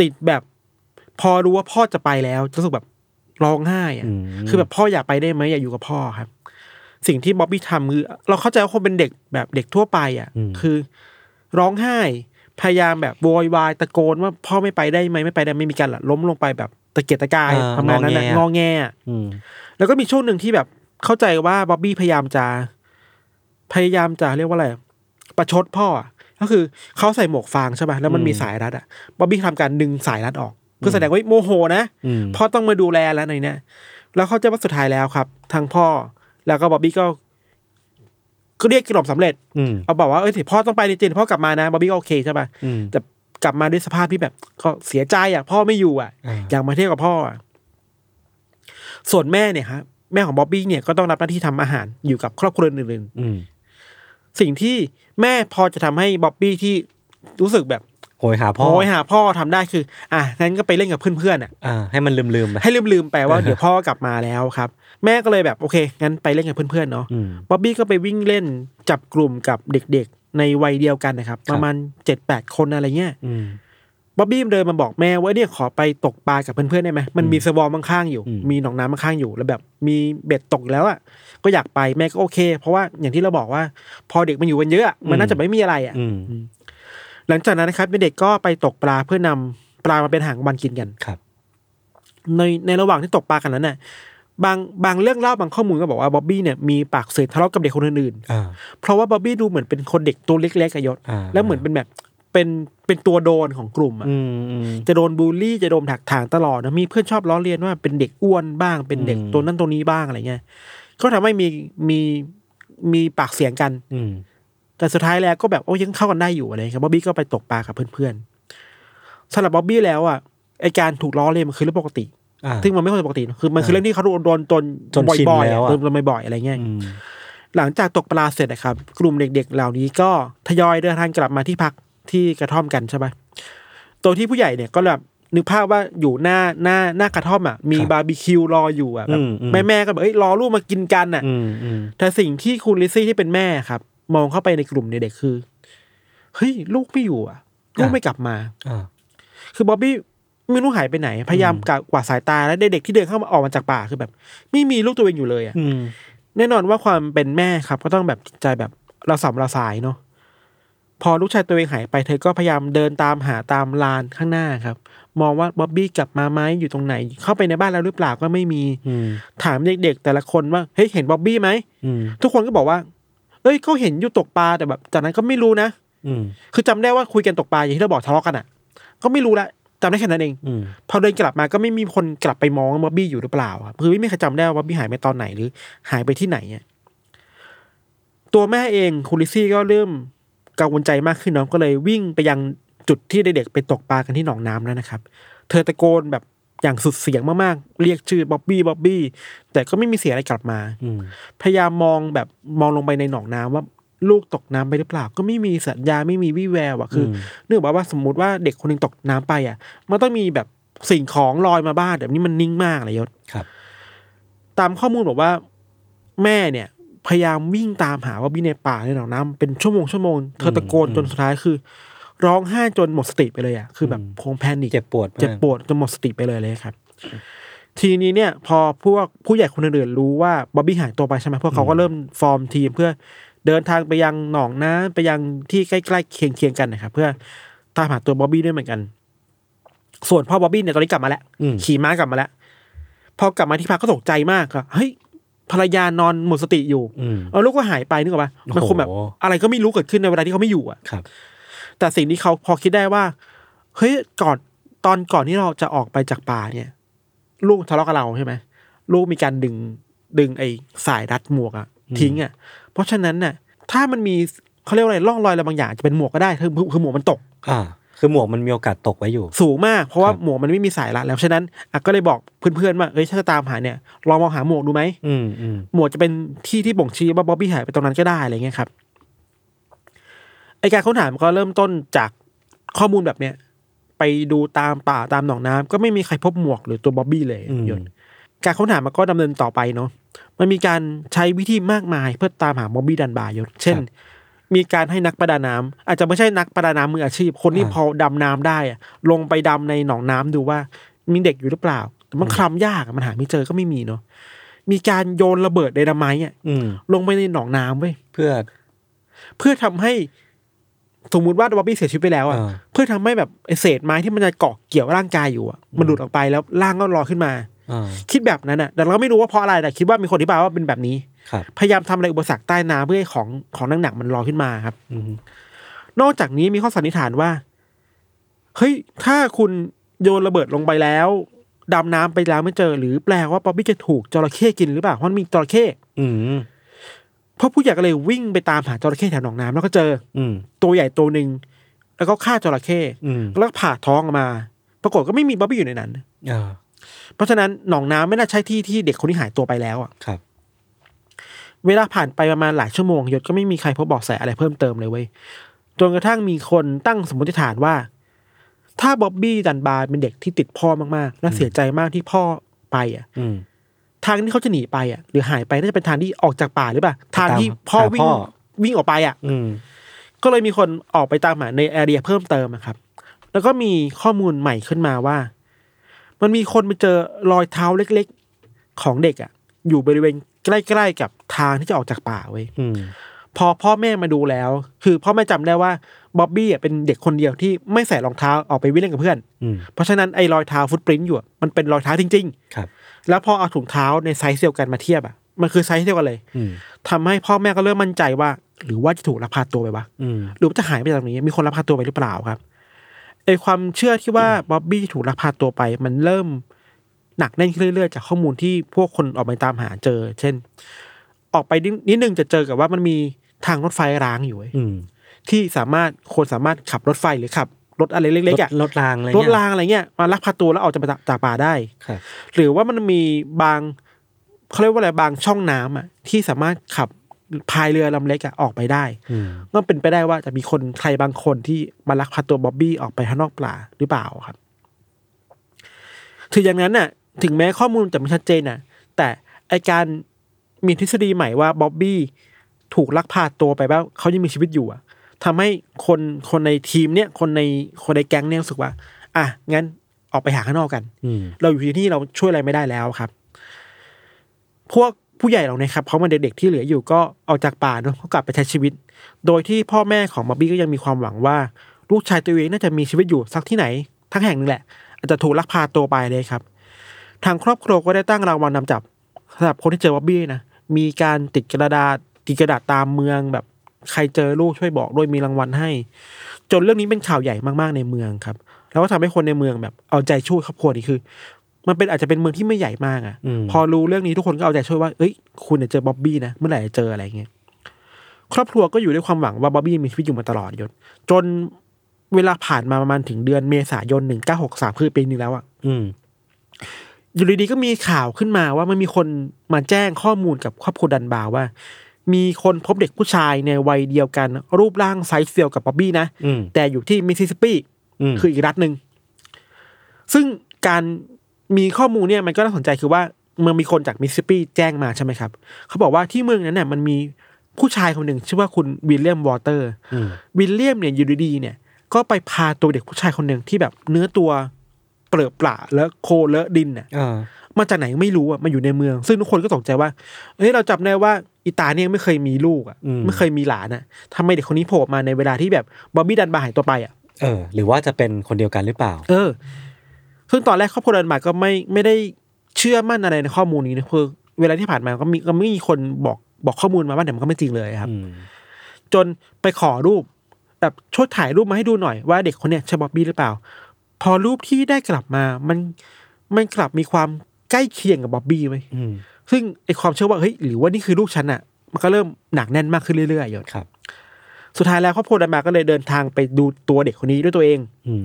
[SPEAKER 3] ติดแบบพอรู้ว่าพ่อจะไปแล้วจะรู้สึกแบบร้องไห้อะ
[SPEAKER 2] อืม
[SPEAKER 3] คือแบบพ่ออยากไปได้ไหมอยากอยู่กับพ่อครับ สิ่งที่บ๊อบบี้ทำคือเราเข้าใจว่าคนเป็นเด็กแบบเด็กทั่วไปอ่ะ คือ ร้องไห้ พยายามแบบโวยวายตะโกนว่าพ่อไม่ไปได้ไหมไม่ไปได้ไหมไม่มีการหละล้มลงไปแบบตะเกียกตะกาย
[SPEAKER 2] เออ
[SPEAKER 3] ประมาณนั้นนะ
[SPEAKER 2] ง
[SPEAKER 3] ง
[SPEAKER 2] อ
[SPEAKER 3] อ
[SPEAKER 2] แง
[SPEAKER 3] แง
[SPEAKER 2] อืม
[SPEAKER 3] แล้วก็มีช่วงหนึ่งที่แบบเข้าใจว่าบ๊อบบี้พยายามจะ พยายามจะเรียกว่าอะไรประชดพ่ออะก็คือเขาใส่หมวกฟางใช่ป่ะแล้วมันมี
[SPEAKER 2] อืม
[SPEAKER 3] สายรัดอ่ะบ๊อบบี้ทำการดึงสายรัดออก เพื่อแสดงว่าโมโหนะ
[SPEAKER 2] อืม
[SPEAKER 3] พ่อต้องมาดูแลแล้วในเนี้ยแล้วเข้าใจว่าสุดท้ายแล้วครับ ทางพ่อแล้วก็บ๊อบบี้ก็ก็เรียกกล่อมสำเร็จ
[SPEAKER 2] อืม
[SPEAKER 3] เอาบอกว่าเอ้ยเดี๋ยวพ่อต้องไปจริงๆพ่อกลับมานะบ๊อบบี้ก็โอเคใช่ป่ะ
[SPEAKER 2] อืม
[SPEAKER 3] แต่กลับมาด้วยสภาพที่แบบก็เสียใจอ่ะ พ่อไม่อยู่อ่ะ
[SPEAKER 2] อ่า
[SPEAKER 3] อยากมาเที่ยวกับพ่ออะส่วนแม่เนี่ยครับแม่ของบ๊อบบี้เนี่ยก็ต้องรับหน้าที่ทำอาหารอยู่กับครอบครัวอื่น
[SPEAKER 2] อืม
[SPEAKER 3] ๆสิ่งที่แม่พอจะทำให้บ๊อบบี้ที่รู้สึกแบบ
[SPEAKER 2] โหยหาพ่อ
[SPEAKER 3] โอ้ยหาพ่อทำได้คือ อ่ะงั้นก็ไปเล่นกับเพื่อนๆอ่ะ
[SPEAKER 2] อ่า ให้มันลืมลืมๆไป
[SPEAKER 3] ให้ลืมๆไปว่าเดี๋ยวพ่อกลับมาแล้วครับ แม่ก็เลยแบบโอเคงั้นไปเล่นกับเพื่อนๆเนาะ
[SPEAKER 2] อืม
[SPEAKER 3] บ๊อบบี้ก็ไปวิ่งเล่นจับกลุ่มกับเด็กๆ ในวัยเดียวกันนะครับ
[SPEAKER 2] ครับ
[SPEAKER 3] ประมาณเจ็ดแปดคนอะไรเงี้ย
[SPEAKER 2] อืม
[SPEAKER 3] บ๊อบบี้เดินมาบอกแม่ว่าเนี่ยขอไปตกปลากับเพื่อนๆได้ไหมมันมีสวอมข้างๆอยู่
[SPEAKER 2] อืม
[SPEAKER 3] มีหนองน้ำข้างๆอยู่แล้วแบบมีเบ็ดตกแล้วอ่ะก็อยากไปแม่ก็โอเค เพราะว่าอย่างที่เราบอกว่า พอเด็กมันอยู่กันเยอะอะมันน่าจะไม่มีอะไรอ่ะ
[SPEAKER 2] อืม
[SPEAKER 3] หลังจากนั้นนะครับเด็กๆก็ไปตกปลาเพื่อนำปลามาเป็นหางวันกินกัน
[SPEAKER 2] ครับ
[SPEAKER 3] ในในระหว่างที่ตกปลากันนั้นน่ะบางบางเรื่องเล่าบางข้อมูลก็บอกว่าบ๊อบบี้เนี่ยมีปากเสียงทะเลาะกับเด็กคนอื่น
[SPEAKER 2] อ่า
[SPEAKER 3] ๆเพราะว่าบ๊อบบี้ดูเหมือนเป็นคนเด็กตัวเล็กๆอะยศ
[SPEAKER 2] อ่า
[SPEAKER 3] แล้วเหมือนเป็นแบบเป็นเป็นตัวโดนของกลุ่มอะ
[SPEAKER 2] อืมอืม
[SPEAKER 3] จะโดนบูลลี่จะโดนถักถางตลอดนะมีเพื่อนชอบล้อเลียนว่าเป็นเด็กอ้วนบ้างเป็นเด็ก
[SPEAKER 2] อืม
[SPEAKER 3] ตัวนั้นตัวนี้บ้างอะไรเงี้ยก็ทำให้มีมีมีปากเสียงกัน
[SPEAKER 2] อืม
[SPEAKER 3] แต่สุดท้ายแล้วก็แบบโอ้ยังเข้ากันได้อยู่อะไรเงี้ยบ๊อบบี้ก็ไปตกปลากับเพื่อนๆสำหรับบ๊อบบี้แล้วอ่ะไอการถูกล้อเลียนมันคือเรื่องปกติ
[SPEAKER 2] อ่า
[SPEAKER 3] ซึ่งมันไม่ควรจะปกตินะคือมันคือเรื่องที่เขาโดนจน
[SPEAKER 2] จนชิน
[SPEAKER 3] บ่อยๆ
[SPEAKER 2] แล้ว
[SPEAKER 3] อะ
[SPEAKER 2] อะ
[SPEAKER 3] โดนบ่อยๆอะไรเงี้ย
[SPEAKER 2] อืม
[SPEAKER 3] หลังจากตกปลาเสร็จนะครับ กลุ่มเด็กๆ เหล่านี้ก็ทยอยเดินทางกลับมาที่พักที่กระท่อมกันใช่ไหมตัวที่ผู้ใหญ่เนี่ยก็แบบนึกภาพว่าอยู่หน้าหน้าหน้ากระท่อมอ่ะมี
[SPEAKER 2] ครับ
[SPEAKER 3] บาร์บีคิวรออยู่อ่ะแบบ
[SPEAKER 2] อืมอืม
[SPEAKER 3] แม่ๆก็แบบเอ้ยรอลูกมากินกันอ่ะ
[SPEAKER 2] อืมอืม
[SPEAKER 3] แต่สิ่งที่คุณลิซซี่ที่เป็นแม่ครับ มองเข้าไปในกลุ่มเด็กๆคือ เฮ้ยลูกไม่อยู่อ่ะ ลูกไม่กลับมา
[SPEAKER 2] อ่า
[SPEAKER 3] คือบ๊อบบี้ไม่รู้หายไปไหน พยายามกะกวาดสายตาและเด็กๆที่เดินเข้ามาออกมาจากป่าคือแบบ ไม่มีลูกตัวเองอยู่เลยอ่ะ
[SPEAKER 2] อืม
[SPEAKER 3] แน่นอนว่าความเป็นแม่ครับ ก็ต้องแบบจิตใจแบบเราสับเราสายเนาะพอลูกชายตัวเองหายไปเธอก็พยายามเดินตามหาตามลานข้างหน้าครับ มองว่าบ๊อบบี้กลับมาไหมอยู่ตรงไหน เข้าไปในบ้านแล้วหรือเปล่าก็ไม่มี
[SPEAKER 2] อืม
[SPEAKER 3] ถามเด็กๆ แต่ละคนว่าเฮ้ยเห็นบ๊อบบี้ไหม
[SPEAKER 2] อืม
[SPEAKER 3] ทุกคนก็บอกว่า เอ้ยเขาเห็นอยู่ตกปลาแต่แบบจากนั้นก็ไม่รู้นะ
[SPEAKER 2] อืม
[SPEAKER 3] คือจำได้ว่าคุยกันตกปลาอย่างที่เราบอกทะเลาะกันอ่ะ ก็ไม่รู้ละจำได้แค่นั้นเอง
[SPEAKER 2] อืม
[SPEAKER 3] พอเดินกลับมาก็ไม่มีคนกลับไปมองว่าบ๊อบบี้อยู่หรือเปล่าครับคือไม่มีใครจำได้ว่าบ๊อบบี้หายไปตอนไหนหรือ หายไปที่ไหนอะตัวแม่เองคุณลิซี่ก็เริ่มกังวลใจมากขึ้นเน้องก็เลยวิ่งไปยังจุดที่เด็กๆไปตกปลากันที่หนองน้ำแล้วนะครับ เธอตะโกนแบบอย่างสุดเสียงมากๆ เรียกชื่อบ๊อบบี้บ๊อบบี้แต่ก็ไม่มีเสียงอะไรกลับมา
[SPEAKER 2] อืม
[SPEAKER 3] พยายามมองแบบมองลงไปในหนองน้ำว่าลูกตกน้ำไปหรือเปล่า ก็ไม่มีสัญญาณไม่มีวี่แววอะคือ
[SPEAKER 2] อืม
[SPEAKER 3] เนื่องจากว่าสมมติว่าเด็กคนหนึงตกน้ำไปอะมันต้องมีแบบสิ่งของลอยมาบ้างแบบนี้มันนิ่งมากเลยยศ
[SPEAKER 2] ครับ
[SPEAKER 3] ตามข้อมูลบอกว่าแม่เนี่ย พยายามวิ่งตามหาว่าบี้ในป่าในหนองน้ำเป็นชั่วโมงชั่วโมงเธอตะโกนจนสุดท้ายคือ ร้องไห้จนหมดสติไปเลยอะคือแบบคงแพนิค
[SPEAKER 2] เจ็บปวดมาก
[SPEAKER 3] เจ็บปวดจนหมดสติไปเลยเลยครับ ทีนี้เนี่ย พอพวกผู้ใหญ่คนอื่นๆรู้ว่าบ๊อบบี้หายตัวไปใช่ไหมพวกเขาก็เริ่มฟอร์มทีมเพื่อเดินทางไปยังหนองน้ำไปยังที่ใกล้ๆเคียงๆกันนะครับเพื่อตามหาตัวบ๊อบบี้ด้วยเหมือนกัน ส่วนพ่อบ๊อบบี้เนี่ยตอนนี้กลับมาแล้ว
[SPEAKER 2] อืม
[SPEAKER 3] ขี่ม้ากลับมาแล้วพอกลับมาที่พักก็ตกใจมากอะเฮ้ยภรรยานอนหมดสติอยู่
[SPEAKER 2] อืม
[SPEAKER 3] เอาลูกก็หายไปนึกออกปะมันคงแบบ
[SPEAKER 2] โอ้โห
[SPEAKER 3] อะไรก็ไม่รู้เกิดขึ้นในเวลาที่เขาไม่อยู่อะ
[SPEAKER 2] ครับ
[SPEAKER 3] แต่สิ่งที่เขาพอคิดได้ว่า เฮ้ยก่อนตอนก่อนที่เราจะออกไปจากป่าเนี่ย ลูกทะเลาะกับเราใช่ไหมลูกมีการดึงดึงไอ้สายรัดหมวกอะทิ้งอะเพราะฉะนั้นน่ะ ถ้ามันมีเขาเรียกว่าอะไรร่องรอยอะไรบางอย่างจะเป็นหมวกก็ได้คือคือคือหมวกมันตก
[SPEAKER 2] อ่า คือหมวกมันมีโอกาสตกไว้อยู่
[SPEAKER 3] สูงมาก เพราะว่า
[SPEAKER 2] ครับ
[SPEAKER 3] หมวกมันไม่มีสายรัดแล้วฉะนั้นอ่ะก็เลยบอกเพื่อนๆว่าเอ้ยถ้าจะตามหาเนี่ยลองมองหาหมวกดูไหม
[SPEAKER 2] อืม อืม
[SPEAKER 3] หมวดจะเป็นที่ที่บ่งชี้ว่าบ๊อบบี้หายไปตรงนั้นก็ได้อะไรเงี้ยครับไอการค้นหามันก็เริ่มต้นจากข้อมูลแบบเนี้ยไปดูตามป่าตามหนองน้ำก็ไม่มีใครพบหมวกหรือตัวบ๊อบบี้เลย
[SPEAKER 2] อืม
[SPEAKER 3] หยนการค้นหามันก็ดำเนินต่อไปเนาะมันมีการใช้วิธีมากมายเพื่อตามหาบ๊อบบี้ดันบาร์ยศเช่น มีการให้นักประดาน้ำอาจจะไม่ใช่นักประดาน้ำมืออาชีพ คนที่พอดำน้ำได้อะลงไปดำในหนองน้ำดูว่ามีเด็กอยู่หรือเปล่าแต่มันคลำยากอะมันหาไม่เจอก็ไม่มีเนาะมีการโยนระเบิดไดนาไมต์อะ
[SPEAKER 2] อืม
[SPEAKER 3] ลงไปในหนองน้ำเว้ย
[SPEAKER 2] เพื่อ
[SPEAKER 3] เพื่อทำให้สมมติว่าบ๊อบบี้เสียชีวิตไปแล้วอ่ะ
[SPEAKER 2] อ่า
[SPEAKER 3] เพื่อทำให้แบบไอ้เศษไม้ที่มันจะเกาะเกี่ยวร่างกายอยู่อ่ะมันหลุดออกไปแล้วร่างก็ลอยขึ้นมา
[SPEAKER 2] อ่า
[SPEAKER 3] คิดแบบนั้นอ่ะ แต่เราก็ไม่รู้ว่าเพราะอะไรแต่คิดว่ามีคนอธิบายว่าเป็นแบบนี้
[SPEAKER 2] ครับ
[SPEAKER 3] พยายามทำอะไรอุปสรรคใต้น้ำเพื่อให้ของของหนักๆมันลอยขึ้นมาครับ
[SPEAKER 2] อืม
[SPEAKER 3] นอกจากนี้มีข้อสันนิษฐานว่าเฮ้ยถ้าคุณโยนระเบิดลงไปแล้วดำน้ำไปแล้วไม่เจอ หรือแปลว่าป๊อบบี้จะถูกจระเข้กินหรือเปล่าเพราะมันมีจระเข้
[SPEAKER 2] อืม
[SPEAKER 3] เพราะผู้ใหญ่ก็เลยวิ่งไปตามหาจระเข้แถวหนองน้ำแล้วก็เจอ
[SPEAKER 2] อืม
[SPEAKER 3] ตัวใหญ่ตัวหนึ่งแล้วก็ฆ่าจระเข้
[SPEAKER 2] อืม
[SPEAKER 3] แล้วก็ผ่าท้องออกมา ปรากฏก็ไม่มีบ๊อบบี้อยู่ในนั้น
[SPEAKER 2] อ่า
[SPEAKER 3] เพราะฉะนั้นหนองน้ำไม่น่าใช่ที่ที่เด็กคนที่หายตัวไปแล้วอ่ะ
[SPEAKER 2] ครับ
[SPEAKER 3] เวลาผ่านไปประมาณหลายชั่วโมงยศก็ไม่มีใครพบเบาะแสอะไรเพิ่มเติมเลยเว้ยจนกระทั่งมีคนตั้งสมมติฐานว่า ถ้าบ๊อบบี้ดันบาร์เป็นเด็กที่ติดพ่อมากๆและเสียใจมากที่พ่อไปอ่ะ
[SPEAKER 2] อืม
[SPEAKER 3] ทางที่เขาจะหนีไปอ่ะ หรือหายไปน่าจะเป็นทางที่ออกจากป่าหรือเปล่าทางที่พ่อวิ่ง
[SPEAKER 2] หาพ่อ
[SPEAKER 3] วิ่งออกไปอ่ะ
[SPEAKER 2] อืม
[SPEAKER 3] ก็เลยมีคนออกไปตามหาในแอเรียเพิ่มเติมอะครับ แล้วก็มีข้อมูลใหม่ขึ้นมาว่า มันมีคนไปเจอรอยเท้าเล็กๆของเด็กอะอยู่บริเวณใกล้ๆกับทางที่จะออกจากป่าเว้ย
[SPEAKER 2] อืม
[SPEAKER 3] พอพ่อแม่มาดูแล้ว คือพ่อแม่จำได้ว่าบ๊อบบี้อะเป็นเด็กคนเดียวที่ไม่ใส่รองเท้าออกไปวิ่งเล่นกับเพื่อน
[SPEAKER 2] อืม
[SPEAKER 3] เพราะฉะนั้นไอ้รอยเท้าฟุตปรินต์อยู่อะมันเป็นรอยเท้าจริง
[SPEAKER 2] ครับ
[SPEAKER 3] ๆ แล้วพอเอาถุงเท้าในไซส์เดียวกันมาเทียบอะมันคือไซส์เดียวกันเลย
[SPEAKER 2] อืม
[SPEAKER 3] ทำให้พ่อแม่ก็เริ่มมั่นใจว่า หรือว่าจะถูกลักพาตัวไปวะ
[SPEAKER 2] อืม
[SPEAKER 3] หรือว่าจะหายไปจากตรงนี้มีคนลักพาตัวไปหรือเปล่าครับไอความเชื่อที่ว่าบ๊อบบี้ถูกลักพาตัวไป มันเริ่มหนักแน่นขึ้นเรื่อยๆ จากข้อมูลที่พวกคนออกไปตามหาเจอ เช่น ออกไปนิดนิดนึงจะเจอกับว่ามันมีทางรถไฟร้างอยู่เว้ย
[SPEAKER 2] อืม
[SPEAKER 3] ที่สามารถคนสามารถขับรถไฟหรือขับ รถอะไรเล็กๆอะ
[SPEAKER 2] รถรางอะไร
[SPEAKER 3] ร
[SPEAKER 2] เงี้
[SPEAKER 3] ถ
[SPEAKER 2] ย
[SPEAKER 3] รางอะไรเงี้ยมาลักพาตัวแล้วออกจากป่าจากป่าได้
[SPEAKER 2] ครับ
[SPEAKER 3] หรือว่ามันมีบางเขาเรียกว่าอะไรบางช่องน้ำอะที่สามารถขับพายเรือลำเล็กอะออกไปได้
[SPEAKER 2] อืม
[SPEAKER 3] ก็เป็นไปได้ว่าจะมีคนใครบางคนที่มาลักพาตัวบ๊อบบี้ออกไปข้างนอกป่าหรือเปล่าครับ ถึงอย่างนั้นน่ะ ถึงแม้ข้อมูลจะไม่ชัดเจนน่ะ แต่ไอการมีทฤษฎีใหม่ว่าบ๊อบบี้ถูกลักพาตัวไปว่าเขายังมีชีวิตอยู่อะ ทำให้คนคนในทีมเนี่ยคนในคนในแก๊งเนี่ยรู้สึกว่า อ่ะงั้นออกไปหาข้างนอกกัน
[SPEAKER 2] อืม
[SPEAKER 3] เราอยู่ที่นี่เราช่วยอะไรไม่ได้แล้วครับ พวกผู้ใหญ่เหล่านี้ครับเขามาเด็กๆที่เหลืออยู่ก็ออกจากป่าเนอะเขากลับไปใช้ชีวิต โดยที่พ่อแม่ของบ๊อบบี้ก็ยังมีความหวังว่า ลูกชายตัวเองน่าจะมีชีวิตอยู่สักที่ไหนทั้งแห่งหนึงแหละ อาจจะถูกลักพาตัวไปเลยครับ ทางครอบครัวก็ได้ตั้งรางวัลนำจับสำหรับคนที่เจอบ๊อบบี้นะมีการติดกระดาษติดกระดาษตามเมืองแบบใครเจอลูกช่วยบอกด้วยมีรางวัลให้ จนเรื่องนี้เป็นข่าวใหญ่มากๆในเมืองครับ แล้วก็ทำให้คนในเมืองแบบเอาใจช่วยครอบครัวนี้คือ มันเป็นอาจจะเป็นเมืองที่ไม่ใหญ่มากอะ
[SPEAKER 2] อืม
[SPEAKER 3] พอรู้เรื่องนี้ทุกคนก็เอาใจช่วยว่า เอ้ย คุณเนี่ยเจอบ๊อบบี้นะ เมื่อไหร่จะเจออะไรเงี้ย ครอบครัวก็อยู่ด้วยความหวังว่าบ๊อบบี้มีชีวิตอยู่มาตลอดยศ จนเวลาผ่านมาประมาณถึงเดือนเมษายนหนึ่งเก้าหกสามคือปีนึงแล้วอะ
[SPEAKER 2] อืม
[SPEAKER 3] อยู่ดีๆก็มีข่าวขึ้นมาว่ามันมีคนมาแจ้งข้อมูลกับครอบครัวดันบาร์ว่า มีคนพบเด็กผู้ชายในวัยเดียวกัน รูปร่างไซส์เดียวกับบ๊อบบี้นะ
[SPEAKER 2] อืม
[SPEAKER 3] แต่อยู่ที่มิสซิสซิปปี
[SPEAKER 2] อืม
[SPEAKER 3] คืออีกรัฐหนึ่ง ซึ่งการมีข้อมูลเนี่ยมันก็น่าสนใจคือว่าเมืองมีคนจากมิสซิสซิปปีแจ้งมาใช่ไหมครับ เขาบอกว่าที่เมืองนั้นเนี่ยมันมีผู้ชายคนหนึ่งชื่อว่าคุณวิลเลียมวอเตอร์
[SPEAKER 2] อืม
[SPEAKER 3] วิลเลียมเนี่ยอยู่ดีๆเนี่ยก็ไปพาตัวเด็กผู้ชายคนหนึ่งที่แบบเนื้อตัวเปลือะเปล่าและโคเลอะดินน่ะ
[SPEAKER 2] เออ
[SPEAKER 3] มาจากไหนไม่รู้อ่ะมาอยู่ในเมือง ซึ่งทุกคนก็ตกใจว่าเฮ้ยเราจับได้ว่าอีตาเนี่ยไม่เคยมีลูกอ่ะไม่เคยมีหลานอ่ะทำไมเด็กคนนี้โผล่มาในเวลาที่แบบบอบบี้ดันบาหายตัวไปอ่ะ
[SPEAKER 2] เออ หรือว่าจะเป็นคนเดียวกันหรือเปล่า
[SPEAKER 3] เออ ซึ่งตอนแรกครอบครัวเดนมาร์กก็ไม่ไม่ได้เชื่อมั่นอะไรในข้อมูลนี้นะคือเวลาที่ผ่านมาก็มีก็ไม่มีคนบอกบอกข้อมูลมาบ้างแต่มันก็ไม่จริงเลยครับ
[SPEAKER 2] อืม
[SPEAKER 3] จนไปขอรูป แบบช่วยถ่ายรูปมาให้ดูหน่อยว่าเด็กคนเนี้ยใช่บ๊อบบี้หรือเปล่า พอรูปที่ได้กลับมา มันมันกลับมีความใกล้เคียงกับบ๊อบบี้ไหม
[SPEAKER 2] อืม
[SPEAKER 3] ซึ่งไอความเชื่อว่าเฮ้ยหรือว่านี่คือลูกฉันอะมันก็เริ่มหนักแน่นมากขึ้นเรื่อยๆหยด
[SPEAKER 2] ครับ
[SPEAKER 3] สุดท้ายแล้วครอบครัวเดนมาร์กก็เลยเดินทางไปดูตัวเด็กคนนี้ด้วยตัวเอง
[SPEAKER 2] อืม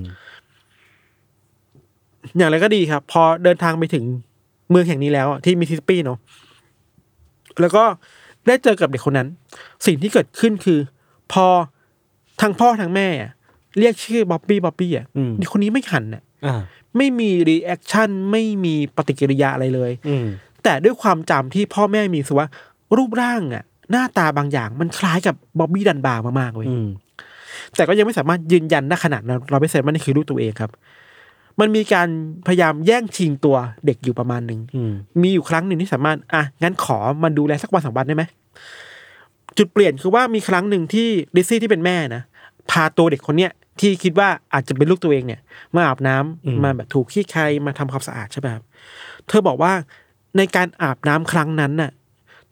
[SPEAKER 3] อย่างไรก็ดีครับ พอเดินทางไปถึงเมืองแห่งนี้แล้วอะที่มิสซิสซิปปีเนาะแล้วก็ได้เจอกับเด็กคนนั้น สิ่งที่เกิดขึ้นคือ พอทั้งพ่อทั้งแม่อะเรียกชื่อบ๊อบบี้บ๊อบบี้อ่ะ
[SPEAKER 2] อืม
[SPEAKER 3] เด็กคนนี้ไม่หันน่ะ
[SPEAKER 2] อ่า
[SPEAKER 3] ไม่มีรีแอคชั่นไม่มีปฏิกิริยาอะไรเลย
[SPEAKER 2] อืม
[SPEAKER 3] แต่ด้วยความจำที่พ่อแม่มีรู้สึกว่า รูปร่างอ่ะ หน้าตาบางอย่างมันคล้ายกับบ๊อบบี้ดันบาร์มากๆเว้ย
[SPEAKER 2] อืม
[SPEAKER 3] แต่ก็ยังไม่สามารถยืนยันณขนาดนั้นเราไม่เซ็นว่านี่คือลูกตัวเองครับ มันมีการพยายามแย่งชิงตัวเด็กอยู่ประมาณหนึ่ง
[SPEAKER 2] อืม
[SPEAKER 3] มีอยู่ครั้งหนึ่งที่สามารถ อ่ะ งั้นขอมันดูแลสักวันสองวันได้ไหม จุดเปลี่ยนคือว่ามีครั้งหนึ่งที่ดิซซี่ที่เป็นแม่นะ พาตัวเด็กคนเนี้ยที่คิดว่าอาจจะเป็นลูกตัวเองเนี่ย มาอาบน้ำมาแบบถูกขี้ใครมาทำความสะอาดใช่ไหมครับเธอบอกว่าในการอาบน้ำครั้งนั้นน่ะ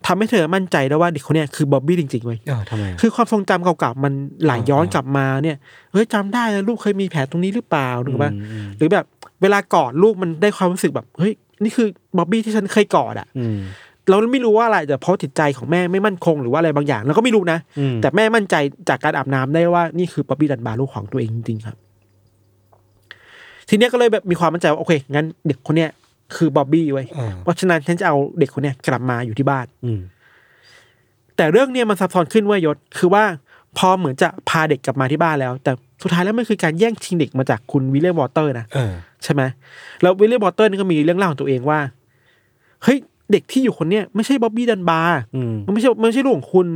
[SPEAKER 3] ทำให้เธอมั่นใจได้ว่าเด็กคนเนี้ยคือบ๊อบบี้จริงๆเว้ย
[SPEAKER 2] เออทำไมอะ
[SPEAKER 3] คือความทรงจำเก่าๆมันไหลย้อน
[SPEAKER 2] อ่า
[SPEAKER 3] กลับมาเนี่ยเฮ้ยจำได้นะลูกเคยมีแผลตรงนี้หรือเปล่าหรือว่า
[SPEAKER 2] อืม
[SPEAKER 3] หรือแบบเวลากอดลูกมันได้ความรู้สึกแบบเฮ้ยนี่คือบ๊อบบี้ที่ฉันเคยกอดอะ
[SPEAKER 2] อืม
[SPEAKER 3] เราไม่รู้ว่าอะไรแต่เพราะจิตใจของแม่ไม่มั่นคงหรือว่าอะไรบางอย่างเราก็ไม่รู้นะ
[SPEAKER 2] อืม
[SPEAKER 3] แต่แม่มั่นใจจากการอาบน้ำได้ว่านี่คือป๊อบบี้ดันบาร์ลูกของตัวเองจริงๆครับ ทีเนี้ยก็เลยแบบมีความมั่นใจว่าโอเคงั้นเด็กคนเนี้ยคือบ๊อบบี้ไว้ย
[SPEAKER 2] อ่า
[SPEAKER 3] เพราะฉะนั้นฉันจะเอาเด็กคนเนี้ยกลับมาอยู่ที่บ้าน
[SPEAKER 2] อืม
[SPEAKER 3] แต่เรื่องเนี้ยมันซับซ้อนขึ้นเว่ายศ คือว่าพอเหมือนจะพาเด็กกลับมาที่บ้านแล้ว แต่สุดท้ายแล้วมันคือการแย่งชิงเด็กมาจากคุณวิลเลียมวอเตอร์นะ
[SPEAKER 2] เออ
[SPEAKER 3] ใช่ไหมแล้ววิลเลียมวอเตอร์นี่ก็มีเรื่องเล่าของตัวเองว่าเฮ้ยเด็กที่อยู่คนเนี้ยไม่ใช่บ๊อบบี้ดันบาร์
[SPEAKER 2] อืม
[SPEAKER 3] มันไม่ใช่มันไม่ใช่ลูกของคุณ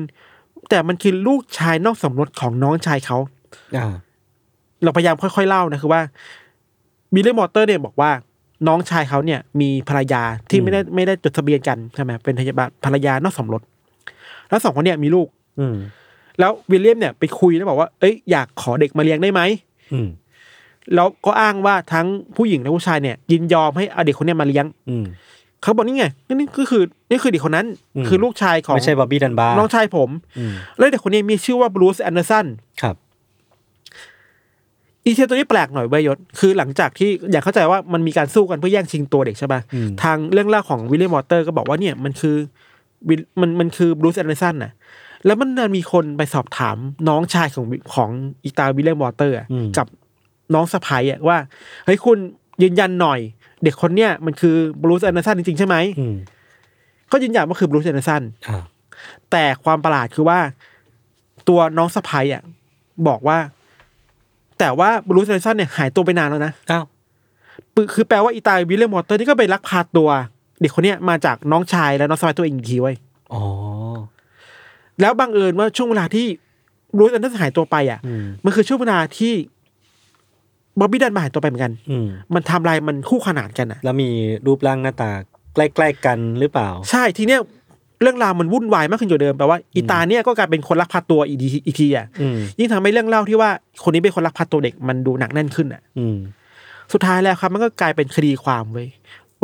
[SPEAKER 3] แต่มันคือลูกชายนอกสมรสของน้องชายเขา
[SPEAKER 2] อ่า
[SPEAKER 3] เราพยายามค่อยๆเล่านะคือว่าวิลเลียมวอเตอร์เนี่ยบอกว่าน้องชายเขาเนี่ย มีภรรยาที่ไม่ได้ไม่ได้จดทะเบียนกันใช่ไหมเป็นทะยาบาลภรรยานอกสมรสแล้วสองคนเนี่ยมีลูก
[SPEAKER 2] อืม
[SPEAKER 3] แล้ววิลเลียมเนี่ยไปคุยแล้วบอกว่า เอ้ยอยากขอเด็กมาเลี้ยงได้ไหม
[SPEAKER 2] อืม
[SPEAKER 3] แล้วก็อ้างว่าทั้งผู้หญิงและผู้ชายเนี่ย ยินยอมให้เอาเด็กคนเนี้ยมาเลี้ยง
[SPEAKER 2] อืม
[SPEAKER 3] เขาบอกนี่ไงนี่ก็คือนี่คือเด็กคนนั้น
[SPEAKER 2] อืม
[SPEAKER 3] คือลูกชายของ
[SPEAKER 2] ไม่ใช่บ๊อบบี้ดันบาร์
[SPEAKER 3] น้องชายผม
[SPEAKER 2] อืม
[SPEAKER 3] แล้วเด็กคนนี้มีชื่อว่าบรูซแอนเดอร์สัน
[SPEAKER 2] ครับ
[SPEAKER 3] อีเทยตัวนี้แปลกหน่อยเวยยศ คือหลังจากที่อยากเข้าใจว่ามันมีการสู้กันเพื่อแย่งชิงตัวเด็กใช่ปะ
[SPEAKER 2] อืม
[SPEAKER 3] ทางเรื่องเล่าของวิลเลียมวอเตอร์ก็บอกว่าเนี่ยมันคือวิลมันมันคือบรูซแอนเดอร์สันน่ะ แล้วมันดันมีคนไปสอบถามน้องชายของวิของอีตาวิลเลียมวอเตอร์อะกับน้องสะพ้ายอะว่าเฮ้ยคุณยืนยันหน่อย เด็กคนเนี้ยมันคือบรูซแอนเดอร์สันจริงๆใช่ไหม
[SPEAKER 2] อืม
[SPEAKER 3] ก็ยืนยันว่าคือบรูซแอนเดอร์สัน
[SPEAKER 2] อ่า
[SPEAKER 3] แต่ความประหลาดคือว่าตัวน้องสะพ้ายอ่ะบอกว่า แต่ว่าบรูซแอนเดอร์สันเนี่ยหายตัวไปนานแล้วนะ
[SPEAKER 2] อ้าว
[SPEAKER 3] ปึคือแปลว่าอีตาวิลเลียมวอเตอร์นี่ก็ไปลักพาตัว เด็กคนเนี้ยมาจากน้องชายและน้องสะใภ้ตัวเองอีกทีไว้ย
[SPEAKER 2] อ๋อ
[SPEAKER 3] แล้วบังเอิญว่าช่วงเวลาที่ รูสแอนเดอร์หายตัวไปอ่ะ
[SPEAKER 2] อืม
[SPEAKER 3] มันคือช่วงเวลาที่บ๊อบบี้ดันมาหายตัวไปเหมือนกัน
[SPEAKER 2] อืม
[SPEAKER 3] มันไทำลายมันคู่ขนานกันอ่ะ
[SPEAKER 2] แล้วมีรูปร่างหน้าตาใกล้ๆกันหรือเปล่า
[SPEAKER 3] ใช่ทีเนี้ยเรื่องราวมันวุ่นวายมากขึ้นกว่าเดิมแปลว่าอีตาเนี่ยก็กลายเป็นคนลักพาตัวอีกทีอีกทีอ่ะ
[SPEAKER 2] อืม
[SPEAKER 3] ยิ่งทำให้เรื่องเล่าที่ว่าคนนี้เป็นคนลักพาตัวเด็กมันดูหนักแน่นขึ้นอ่ะ
[SPEAKER 2] อืม
[SPEAKER 3] สุดท้ายแล้วครับมันก็กลายเป็นคดีความเว้ย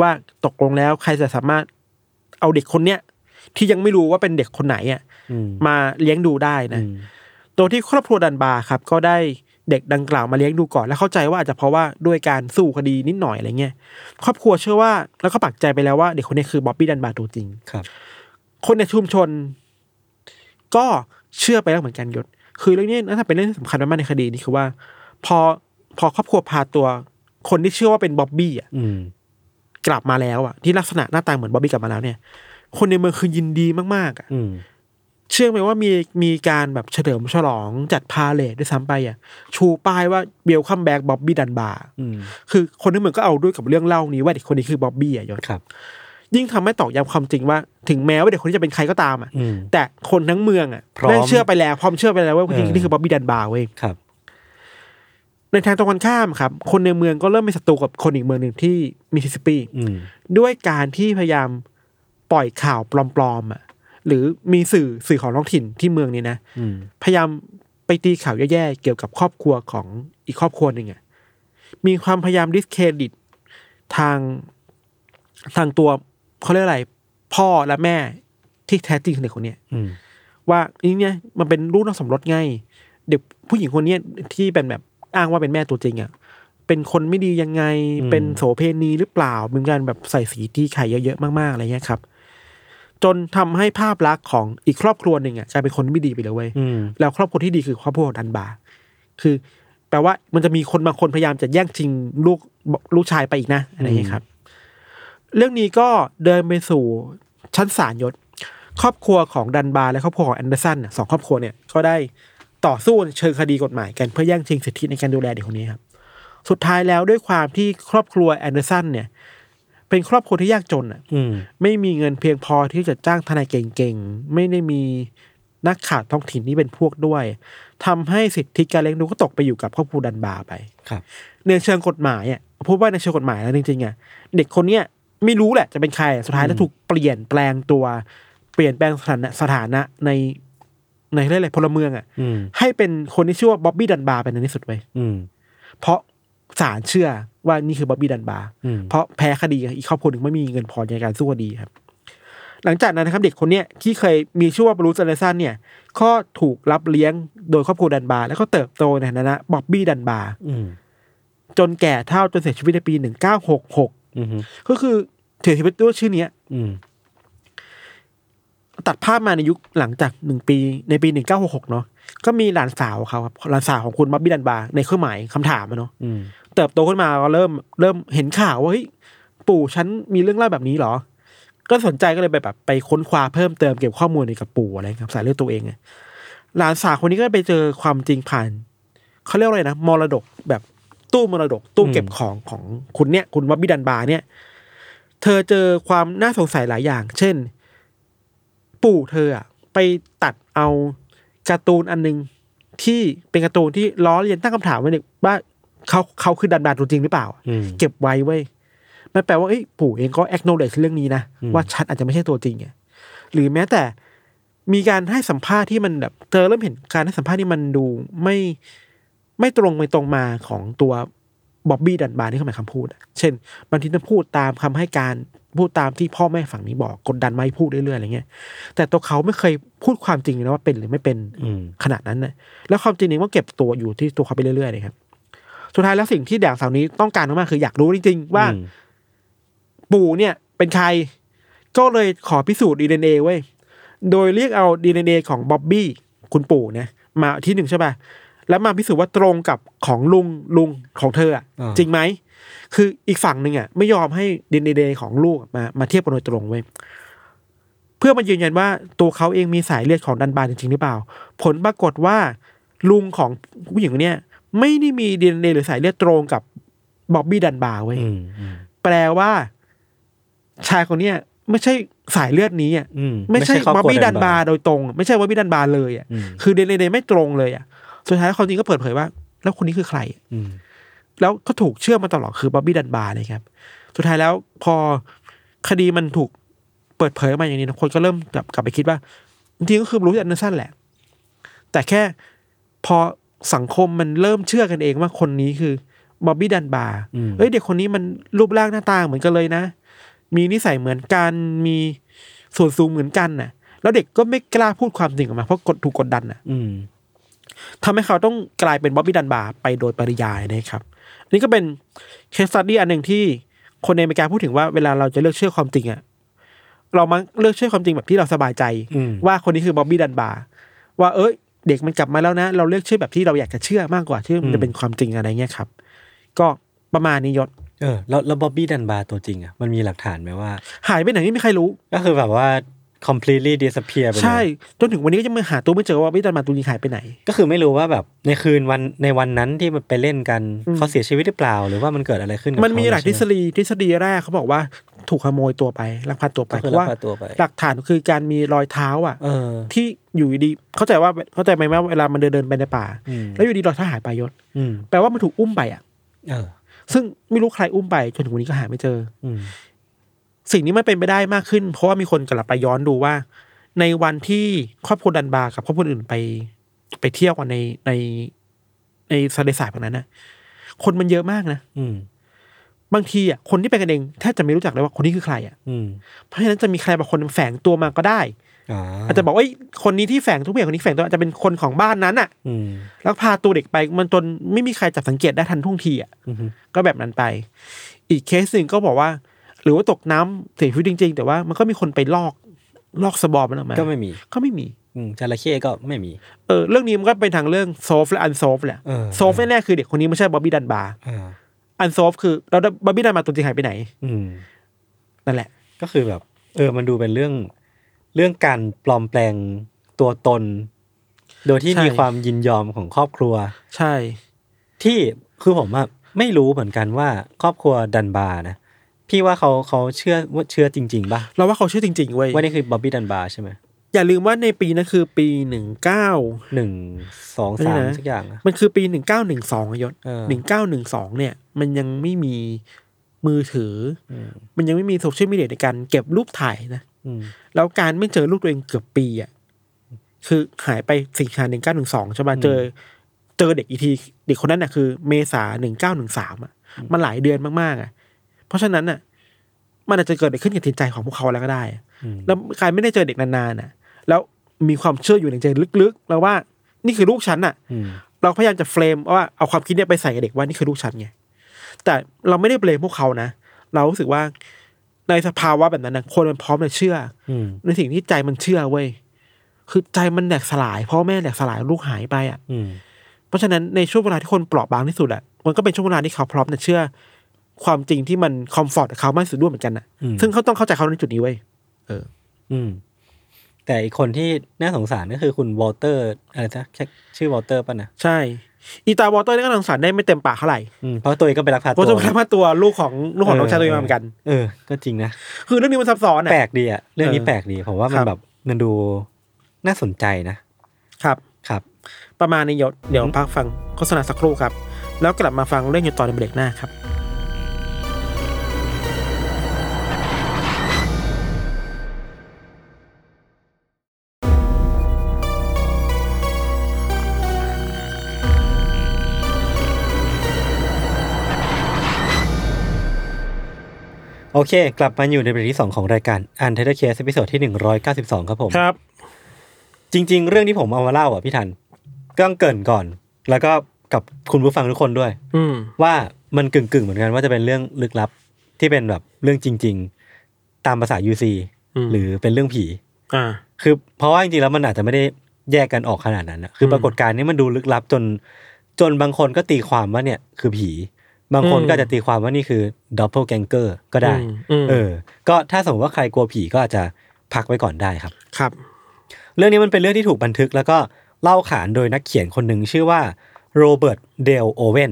[SPEAKER 3] ว่าตกลงแล้วใครจะสามารถเอาเด็กคนเนี้ยที่ยังไม่รู้ว่าเป็นเด็กคนไหนอ่ะ
[SPEAKER 2] อืม
[SPEAKER 3] มาเลี้ยงดูได้นะ
[SPEAKER 2] อืม
[SPEAKER 3] ตัวที่ครอบครัวดันบาร์ครับ ก็ได้เด็กดังกล่าวมาเลี้ยงดูก่อน และเข้าใจว่าอาจจะเพราะว่าด้วยการสู้คดีนิดหน่อยอะไรเงี้ยครอบครัวเชื่อว่าแล้วก็ปักใจไปแล้วว่าเด็กคนนี้คือบ๊อบบี้ดันบาร์ตัวจริง
[SPEAKER 2] ครับ
[SPEAKER 3] คนในชุมชน ก็เชื่อไปแล้วเหมือนกันยศ คือเรื่องนี้น่าจะเป็นเรื่องที่สำคัญมากๆในคดีนี้คือว่า พอพอครอบครัวพาตัว คนที่เชื่อว่าเป็นบ๊อบบี้อ่ะ
[SPEAKER 2] อืม
[SPEAKER 3] กลับมาแล้วอ่ะที่ลักษณะหน้าตาเหมือนบ๊อบบี้กลับมาแล้วเนี่ย คนในเมืองคือยินดีมากๆอ่ะ
[SPEAKER 2] อืม
[SPEAKER 3] เชื่อไหมว่ามีมีการแบบเฉลิมฉลองจัดพาเลทด้วยซ้ำไปอ่ะชูป้ายว่าเบลคัมแบ็กบ๊อบบี้ดันบาร์
[SPEAKER 2] อืม
[SPEAKER 3] คือคนที่เหมือนก็เอาด้วยกับเรื่องเล่านี้ว่าเด็กคนนี้คือบ๊อบบี้อ่ะยศ
[SPEAKER 2] ครับ
[SPEAKER 3] ยิ่งทำให้ตอกย้ำความจริงว่า ถึงแม้ว่าเด็กคนนี้จะเป็นใครก็ตามอ่ะ
[SPEAKER 2] อืม
[SPEAKER 3] แต่คนทั้งเมืองอ่ะ
[SPEAKER 2] พร้อม
[SPEAKER 3] แม่งเชื่อไปแล้วพร้อมเชื่อไปแล้วว่าคน
[SPEAKER 2] เอ
[SPEAKER 3] นี้
[SPEAKER 2] อ
[SPEAKER 3] นี่คือบ๊อบบี้ดันบาร์เว้ย
[SPEAKER 2] ครับ
[SPEAKER 3] ในทางตรงกันข้ามครับ คนในเมืองก็เริ่มเป็นศัตรูกับคนอีกเมืองหนึ่งที่มิสซิสซิปปี
[SPEAKER 2] อืม
[SPEAKER 3] ด้วยการที่พยายามปล่อยข่าวปลอมๆอ่ะหรือมีสื่อสื่อของท้องถิ่นที่เมืองนี้นะ
[SPEAKER 2] อืม
[SPEAKER 3] พยายามไปตีข่าวแย่ๆ เกี่ยวกับครอบครัวของอีกครอบครัวหนึ่งอะมีความพยายามดิสเครดิตทางทางตัวเขาเรียกอะไร พ่อและแม่ที่แท้จริงของเด็กคนเนี้ย
[SPEAKER 2] อืม
[SPEAKER 3] ว่านี่เนี่ยมันเป็นลูกนอกสมรสไง เด็กผู้หญิงคนเนี้ยที่เป็นแบบอ้างว่าเป็นแม่ตัวจริงอะเป็นคนไม่ดียังไงเป็นโสเพณีหรือเปล่าเป็นการแบบใส่สีที่ไข่เยอะๆมากๆอะไรเงี้ยครับ จนทำให้ภาพลักษณ์ของอีกครอบครัวหนึ่งอะกลายเป็นคนไม่ดีไปเลยเว้ย
[SPEAKER 2] อืม
[SPEAKER 3] แล้วครอบครัวที่ดีคือครอบครัวของดันบาร์คือ แปลว่ามันจะมีคนบางคนพยายามจะแย่งชิงลูกลูกชายไปอีกนะอะไรอย่างนี้ยครับ เรื่องนี้ก็เดินไปสู่ชั้นศาลยศ ครอบครัวของดันบาร์และครอบครัวของแอนเดอร์สันน่ะสองครอบครัวเนี่ยก็ได้ต่อสู้เชิงคดีกฎหมายกันเพื่อแย่งชิงสิทธิในการดูแลเด็กคนนี้ครับ สุดท้ายแล้วด้วยความที่ครอบครัวแอนเดอร์สันเนี่ย เป็นครอบครัวที่ยากจนอ่ะ
[SPEAKER 2] อืม
[SPEAKER 3] ไม่มีเงินเพียงพอที่จะจ้างทนายเก่งๆ ไม่ได้มีนักข่าวท้องถิ่นที่เป็นพวกด้วยทำให้สิทธิการเลี้ยงดูก็ตกไปอยู่กับครอบครัวดันบาร์ไป
[SPEAKER 2] ครับ
[SPEAKER 3] ในเชิงกฎหมายอ่ะพูดว่าในเชิงกฎหมายแล้วจริงๆอ่ะเด็กคนเนี้ยไม่รู้แหละจะเป็นใครสุดท้ายแล้วถูกเปลี่ยนแปลงตัวเปลี่ยนแปลงสถานะสถานะในในเรื่องอะไรพลเมืองอ่ะ
[SPEAKER 2] อืม
[SPEAKER 3] ให้เป็นคนที่ชื่อว่าบ๊อบบี้ดันบาร์เป็นในที่สุดไป
[SPEAKER 2] อืม
[SPEAKER 3] เพราะศาลเชื่อว่านี่คือบ๊อบบี้ดันบาร์
[SPEAKER 2] อืม
[SPEAKER 3] เพราะแพ้คดีอีกครอบครัวหนึ่งไม่มีเงินพอในการสู้คดีครับ หลังจากนั้นนะครับ เด็กคนเนี้ยที่เคยมีชื่อว่าบรูซแอนเดอร์สันเนี่ยก็ถูกรับเลี้ยงโดยครอบครัวดันบาร์แล้วก็เติบโตในฐานะบ๊อบบี้ดันบาร์
[SPEAKER 2] อืม
[SPEAKER 3] จนแก่เท่าจนเสียชีวิตในปี 1966
[SPEAKER 2] อืม
[SPEAKER 3] ก็คือเสียชีวิตด้วยชื่อเนี้ย
[SPEAKER 2] อืม
[SPEAKER 3] ตัดภาพมาในยุคหลังจากหนึ่งปีในปี 1966 เนาะก็มีหลานสาวเขาครับหลานสาวของคุณบ๊อบบี้ดันบาร์ในเครื่องหมายคำถามอะเนาะ
[SPEAKER 2] อืม
[SPEAKER 3] เติบโตขึ้นมาก็เริ่มเริ่มเห็นข่าวว่าเฮ้ยปู่ฉันมีเรื่องเล่าแบบนี้เหรอ ก็สนใจก็เลยไปแบบไปค้นคว้าเพิ่มเติมเก็บข้อมูลเกี่ยวกับปู่อะไรครับสายเลือดตัวเองอะหลานสาวคนนี้ก็ไปเจอความจริงผ่านเขาเรียกว่าอะไรนะมรดกแบบตู้มรดกตู้เก็บของของคุณเนี่ย คุณวับบิดันบาร์เนี่ย เธอเจอความน่าสงสัยหลายอย่าง เช่น ปู่เธออะไปตัดเอาการ์ตูนอันหนึงที่เป็นการ์ตูนที่ล้อเลียนตั้งคำถามไว้เนี่ยว่าเขาเขาคือดันบาร์ตัวจริงหรือเปล่า
[SPEAKER 2] อืม
[SPEAKER 3] เก็บไว้เว้ยมันแปลว่าเอ้ยปู่เองก็ acknowledge เรื่องนี้นะ
[SPEAKER 2] อืม
[SPEAKER 3] ว่าฉันอาจจะไม่ใช่ตัวจริงอะหรือแม้แต่มีการให้สัมภาษณ์ที่มันแบบเธอเริ่มเห็นการให้สัมภาษณ์ที่มันดูไม่ไม่ตรงไปตรงมาของตัวบ๊อบบี้ดันบาร์ที่เขาหมายคำพูดอะเช่นบางทีต้องพูดตามคำให้การพูดตามที่พ่อแม่ฝั่งนี้บอกกดดันไม่พูดเรื่อยๆอะไรเงี้ยแต่ตัวเขาไม่เคยพูดความจริงเลยนะว่าเป็นหรือไม่เป็น
[SPEAKER 2] อืม
[SPEAKER 3] ขนาดนั้นนะแล้วความจริงเองก็เก็บตัวอยู่ที่ตัวเขาไปเรื่อยๆเลยครับ สุดท้ายแล้วสิ่งที่แดงสาวนี้ต้องการมากๆคืออยากรู้จริงๆ ว่า
[SPEAKER 2] อืม
[SPEAKER 3] ปู่เนี่ยเป็นใคร ก็เลยขอพิสูจน์ดีเอ็นเอเว้ย โดยเรียกเอาดีเอ็นเอของบ๊อบบี้คุณปู่เนี่ยมาที่หนึ่งใช่ป่ะ แล้วมาพิสูจน์ว่าตรงกับของลุงลุงของเธออะ
[SPEAKER 2] า
[SPEAKER 3] จริงไหม คืออีกฝั่งหนึ่งอ่ะไม่ยอมให้ดีเอ็นเอของลูกมามาเทียบกันโดยตรงเว้ย เพื่อมายืนยันว่าตัวเขาเองมีสายเลือดของดันบาร์จริงๆหรือเปล่า ผลปรากฏว่า ลุงของผู้หญิงคนเนี่ยไม่ได้มีดีเอ็นเอหรือสายเลือดตรงกับบ๊อบบี้ดันบาร์เว้ย
[SPEAKER 2] อืมอืม
[SPEAKER 3] แปลว่า ชายคนเนี้ย ไม่ใช่สายเลือดนี้อ่ะ
[SPEAKER 2] อื
[SPEAKER 3] ไม่ใช่
[SPEAKER 2] คร
[SPEAKER 3] บ๊อบ
[SPEAKER 2] ครัว
[SPEAKER 3] บี้ดันบาร์โดยตรงอะไม่ใช่บ๊อบบี้ดันบาร์เลยอ่ะ
[SPEAKER 2] อืม
[SPEAKER 3] คือเดนเดไม่ตรงเลยอ่ะสุดท้ายความจริงก็เปิดเผยว่า แล้วคนนี้คือใคร
[SPEAKER 2] อืม
[SPEAKER 3] แล้วก็ถูกเชื่อมาตลอดคือบ๊อบบี้ดันบาร์เลยครับ สุดท้ายแล้วพอคดีมันถูกเปิดเผยออกมาอย่างนี้นะคนก็เริ่มกลับกลับไปคิดว่าจริงๆก็คือรู้จักแอนเดอร์สันแหละ แต่แค่พอสังคมมันเริ่มเชื่อกันเองว่าคนนี้คือบ๊อบบี้ดันบาร์
[SPEAKER 2] อืม
[SPEAKER 3] เอ้ยเด็กคนนี้มันรูปร่างหน้าตาเหมือนกันเลยนะ มีนิสัยเหมือนกันมีส่วนสูงเหมือนกันน่ะ แล้วเด็กก็ไม่กล้าพูดความจริงออกมาเพราะกดถูกกดดันน่ะ
[SPEAKER 2] อืม
[SPEAKER 3] ทำให้เขาต้องกลายเป็นบ๊อบบี้ดันบาร์ไปโดยปริยายนะครับอันนี้ก็เป็นเคสตัดดี้อันหนึ่งที่คนในอเมริกาพูดถึงว่าเวลาเราจะเลือกเชื่อความจริงอะเรามักเลือกเชื่อความจริงแบบที่เราสบายใจ
[SPEAKER 2] อืม
[SPEAKER 3] ว่าคนนี้คือบ๊อบบี้ดันบาร์ว่าเอ้ยเด็กมันกลับมาแล้วนะ เราเลือกเชื่อแบบที่เราอยากจะเชื่อมากกว่าที่มันจะเป็นความจริงอะไรเงี้ยครับ ก็ประมาณนี้ยศ
[SPEAKER 2] เออแล้วแล้วบ๊อบบี้ดันบาร์ตัวจริงอ่ะมันมีหลักฐานไหมว่า
[SPEAKER 3] หายไปไหนไม่มีใครรู้
[SPEAKER 2] ก็คือแบบว่า completely disappear ไปเลย
[SPEAKER 3] ใช่จนถึงวันนี้ก็ยังไม่หาตัวไม่เจอว่าบ๊อบบี้ดันบาร์ตัวจริงหายไปไหน
[SPEAKER 2] ก็คือไม่รู้ว่าแบบในคืนวันในวันนั้นที่มันไปเล่นกัน
[SPEAKER 3] อืม
[SPEAKER 2] เขาเสียชีวิตหรือเปล่า หรือว่ามันเกิดอะไรขึ้นกับ
[SPEAKER 3] มันมี
[SPEAKER 2] เข
[SPEAKER 3] หลายทฤษ
[SPEAKER 2] ใช่ไ
[SPEAKER 3] ฎีทฤษฎีแรกเขาบอกว่าถูกขโมยตัวไปลักพาตัวไป
[SPEAKER 2] ก็
[SPEAKER 3] เพ
[SPEAKER 2] คือลั
[SPEAKER 3] ราะ
[SPEAKER 2] ก
[SPEAKER 3] ว่า
[SPEAKER 2] พาตัวไป
[SPEAKER 3] หลักฐานคือการมีรอยเท้าอ่ะ
[SPEAKER 2] เออ
[SPEAKER 3] ที่อยู่ดีๆเข้าใจว่าเข้าใจไหมว่าเวลามันเดินเดินไปในป่า
[SPEAKER 2] อืม
[SPEAKER 3] แล้วอยู่ดีรอยเท้าหายไปยศ
[SPEAKER 2] อืม
[SPEAKER 3] แปลว่ามันถูกอุ้มไปอ่ะ
[SPEAKER 2] เออ
[SPEAKER 3] ซึ่งไม่รู้ใครอุ้มไปจนถึงวันนี้ก็หาไม่เจอ
[SPEAKER 2] อืม
[SPEAKER 3] สิ่งนี้มันเป็นไปได้มากขึ้น เพราะว่ามีคนกลับไปย้อนดูว่า ในวันที่ครอบครัวดันบาร์กับครอบครัวอื่นไป ไปเที่ยวกันในในในทะเลสาบตรงนั้นนะคนมันเยอะมากนะ
[SPEAKER 2] อืม
[SPEAKER 3] บางทีอ่ะคนที่ไปกันเองแทบจะไม่รู้จักเลยว่าคนนี้คือใครอ่ะ
[SPEAKER 2] อืม
[SPEAKER 3] เพราะฉะนั้นจะมีใครบางคนแฝงตัวมาก็ได้
[SPEAKER 2] อ่า
[SPEAKER 3] อาจจะบอกว่าเอ้ยคนนี้ที่แฝงทุกอย่างคนนี้แฝงตัวอาจจะเป็นคนของบ้านนั้นน่ะ
[SPEAKER 2] อืม
[SPEAKER 3] แล้วพาตัวเด็กไปมันจนไม่มีใครจับสังเกตได้ทันท่วงทีอ่ะ
[SPEAKER 2] อืม
[SPEAKER 3] ก็แบบนั้นไป อีกเคสหนึ่งก็บอกว่า หรือว่าตกน้ำเสียชีวิตจริง ๆ แต่ว่ามันก็มีคนไปลอกลอกสบอมันออกมา
[SPEAKER 2] ก็ไม่มี
[SPEAKER 3] ก็ไม่มี
[SPEAKER 2] อืมจระเข้ก็ไม่มี
[SPEAKER 3] เออเรื่องนี้มันก็เป็นทางเรื่องโซฟและอันโซฟแหละ
[SPEAKER 2] เออ
[SPEAKER 3] โซฟแน่ๆคือเด็กคนนี้ไม่ใช่บ๊อบบี้ดันบาร์
[SPEAKER 2] อ่า
[SPEAKER 3] อันโซฟคือแล้วบ๊อบบี้ดันบาร์ตัวจริงหายไปไหน
[SPEAKER 2] อืม
[SPEAKER 3] นั่นแหละ
[SPEAKER 2] ก็คือแบบ เออมันดูเป็นเรื่องเรื่องการปลอมแปลงตัวตน โดยที่
[SPEAKER 3] ใช่
[SPEAKER 2] มีความยินยอมของครอบครัว
[SPEAKER 3] ใช่
[SPEAKER 2] ที่คือผมอะไม่รู้เหมือนกันว่าครอบครัวดันบาร์นะ พี่ว่าเขาเขาเชื่อว่าเชื่อจริง ๆป่ะ
[SPEAKER 3] เราว่าเขาเชื่อจริงๆเว้ย
[SPEAKER 2] ว่านี่คือบ๊อบบี้ดันบาร์ใช่ไหม
[SPEAKER 3] อย่าลืมว่าในปีนั้นคือปีหนึ่งเก้า
[SPEAKER 2] หนึ่งสองสาม
[SPEAKER 3] นี่นะ
[SPEAKER 2] สักอย่างอะ
[SPEAKER 3] มันคือปีหนึ่งเก้าหนึ่งสองยศ
[SPEAKER 2] เออ
[SPEAKER 3] หนึ่งเก้าหนึ่งสองเนี่ย มันยังไม่มีมือถือ มันยังไม่มีโซเชียลมีเดียในการเก็บรูปถ่ายนะ
[SPEAKER 2] อืม
[SPEAKER 3] แล้วการไม่เจอรูปตัวเองเกือบปีอ่ะคือหายไปสิงหาหนึ่งเก้าหนึ่งสองใช่ป่ะ
[SPEAKER 2] อืม
[SPEAKER 3] เจอ เจอเด็กอีกทีเด็กคนนั้นน่ะคือ เมษาหนึ่งเก้าหนึ่งสามอ่ะ มันหลายเดือนมากๆอ่ะ เพราะฉะนั้นน่ะ มันอาจจะเกิดอะไรขึ้นกับจิตใจของพวกเขาแล้วก็ได้อะ
[SPEAKER 2] อืม
[SPEAKER 3] แล้วการไม่ได้เจอเด็กนานๆน่ะ แล้วมีความเชื่ออยู่ในใจลึกๆ แล้วว่านี่คือลูกฉันน่ะ
[SPEAKER 2] อืม
[SPEAKER 3] เราพยายามจะเฟรมว่าเอาความคิดเนี่ยไปใส่กับเด็กว่านี่คือลูกฉันไง แต่เราไม่ได้เบลมพวกเขานะ เรารู้สึกว่าในสภาวะแบบนั้นนะคนมันพร้อมจะเชื่อ
[SPEAKER 2] อืม
[SPEAKER 3] ในสิ่งที่ใจมันเชื่อเว้ย คือใจมันแหลกสลายพ่อแม่แหลกสลายลูกหายไปอ่ะ
[SPEAKER 2] อืม
[SPEAKER 3] เพราะฉะนั้นในช่วงเวลาที่คนเปราะบางที่สุดอ่ะ มันก็เป็นช่วงเวลาที่เขาพร้อมจะเชื่อ ความจริงที่มันคอมฟอร์ตกับเขามากที่สุดด้วยเหมือนกันน่ะ
[SPEAKER 2] อืม
[SPEAKER 3] ซึ่งเขาต้องเข้าใจเขาในจุดนี้เว้ย
[SPEAKER 2] อืม แต่อีกคนที่น่าสงสารก็คือคุณวอลเตอร์อะไรนะชื่อวอลเตอร์ป่ะนะ
[SPEAKER 3] ใช่ อีตาวอเตอร์นี่ก็รังสรรค์ได้ไม่เต็มปากเท่าไหร่
[SPEAKER 2] อืมเพราะตัวเองก็ไปรักพา
[SPEAKER 3] เพราะ
[SPEAKER 2] ตั
[SPEAKER 3] จะ
[SPEAKER 2] ว
[SPEAKER 3] พามาตัวลูกของลูกของน้องชายตัวเองมาเหมือนกัน
[SPEAKER 2] เออ ก็จริงนะ
[SPEAKER 3] คือเรื่องนี้มันซับซ้อนอ่ะ
[SPEAKER 2] แปลกดีอะเรื่องนี้
[SPEAKER 3] เออ
[SPEAKER 2] แปลกดี ผมว่ามั
[SPEAKER 3] ครั
[SPEAKER 2] น
[SPEAKER 3] บ
[SPEAKER 2] แบบมันดูน่าสนใจนะครับ ครับ
[SPEAKER 3] ประมาณนี้ยศเดี๋ยวพักฟังโฆษณาสักครู่ครับ แล้วกลับมาฟังเรื่องยศต่อในเบรกหน้าครับ
[SPEAKER 2] โอเค กลับมาอยู่ในเบรกที่ 2 ของรายการอันเทอร์เคสพิโซดที่ 192 ครับผม
[SPEAKER 3] ครับ
[SPEAKER 2] จริง ๆ เรื่องที่ผมเอามาเล่าอ่ะพี่ทันก็ต้องเกรินก่อน แล้วก็กับคุณผู้ฟังทุกคนด้วย
[SPEAKER 3] อืม
[SPEAKER 2] ว่ามันกึ่งๆ เหมือนกันว่าจะเป็นเรื่องลึกลับที่เป็นแบบเรื่องจริง ๆ ตามภาษา UC
[SPEAKER 3] อืม
[SPEAKER 2] หรือเป็นเรื่องผี
[SPEAKER 3] อ่า
[SPEAKER 2] คือเพราะว่าจริงๆแล้วมันอาจจะไม่ได้แยกกันออกขนาดนั้นนะคือปรากฏการณ์นี้มันดูลึกลับจน จนบางคนก็ตีความว่าเนี่ยคือผี บางคน
[SPEAKER 3] อืม
[SPEAKER 2] ก็อาจจะตีความว่านี่คือด o ปเ p ลแกงเกอร์ก็ได้
[SPEAKER 3] อืม
[SPEAKER 2] เออ ก็ถ้าสมมติว่าใครกลัวผีก็อาจจะพักไว้ก่อนได้ครับ
[SPEAKER 3] ครับ
[SPEAKER 2] เรื่องนี้มันเป็นเรื่องที่ถูกบันทึกแล้วก็เล่าขานโดยนักเขียนคนหนึ่งชื่อว่าโรเบิร์ตเดลโอเวน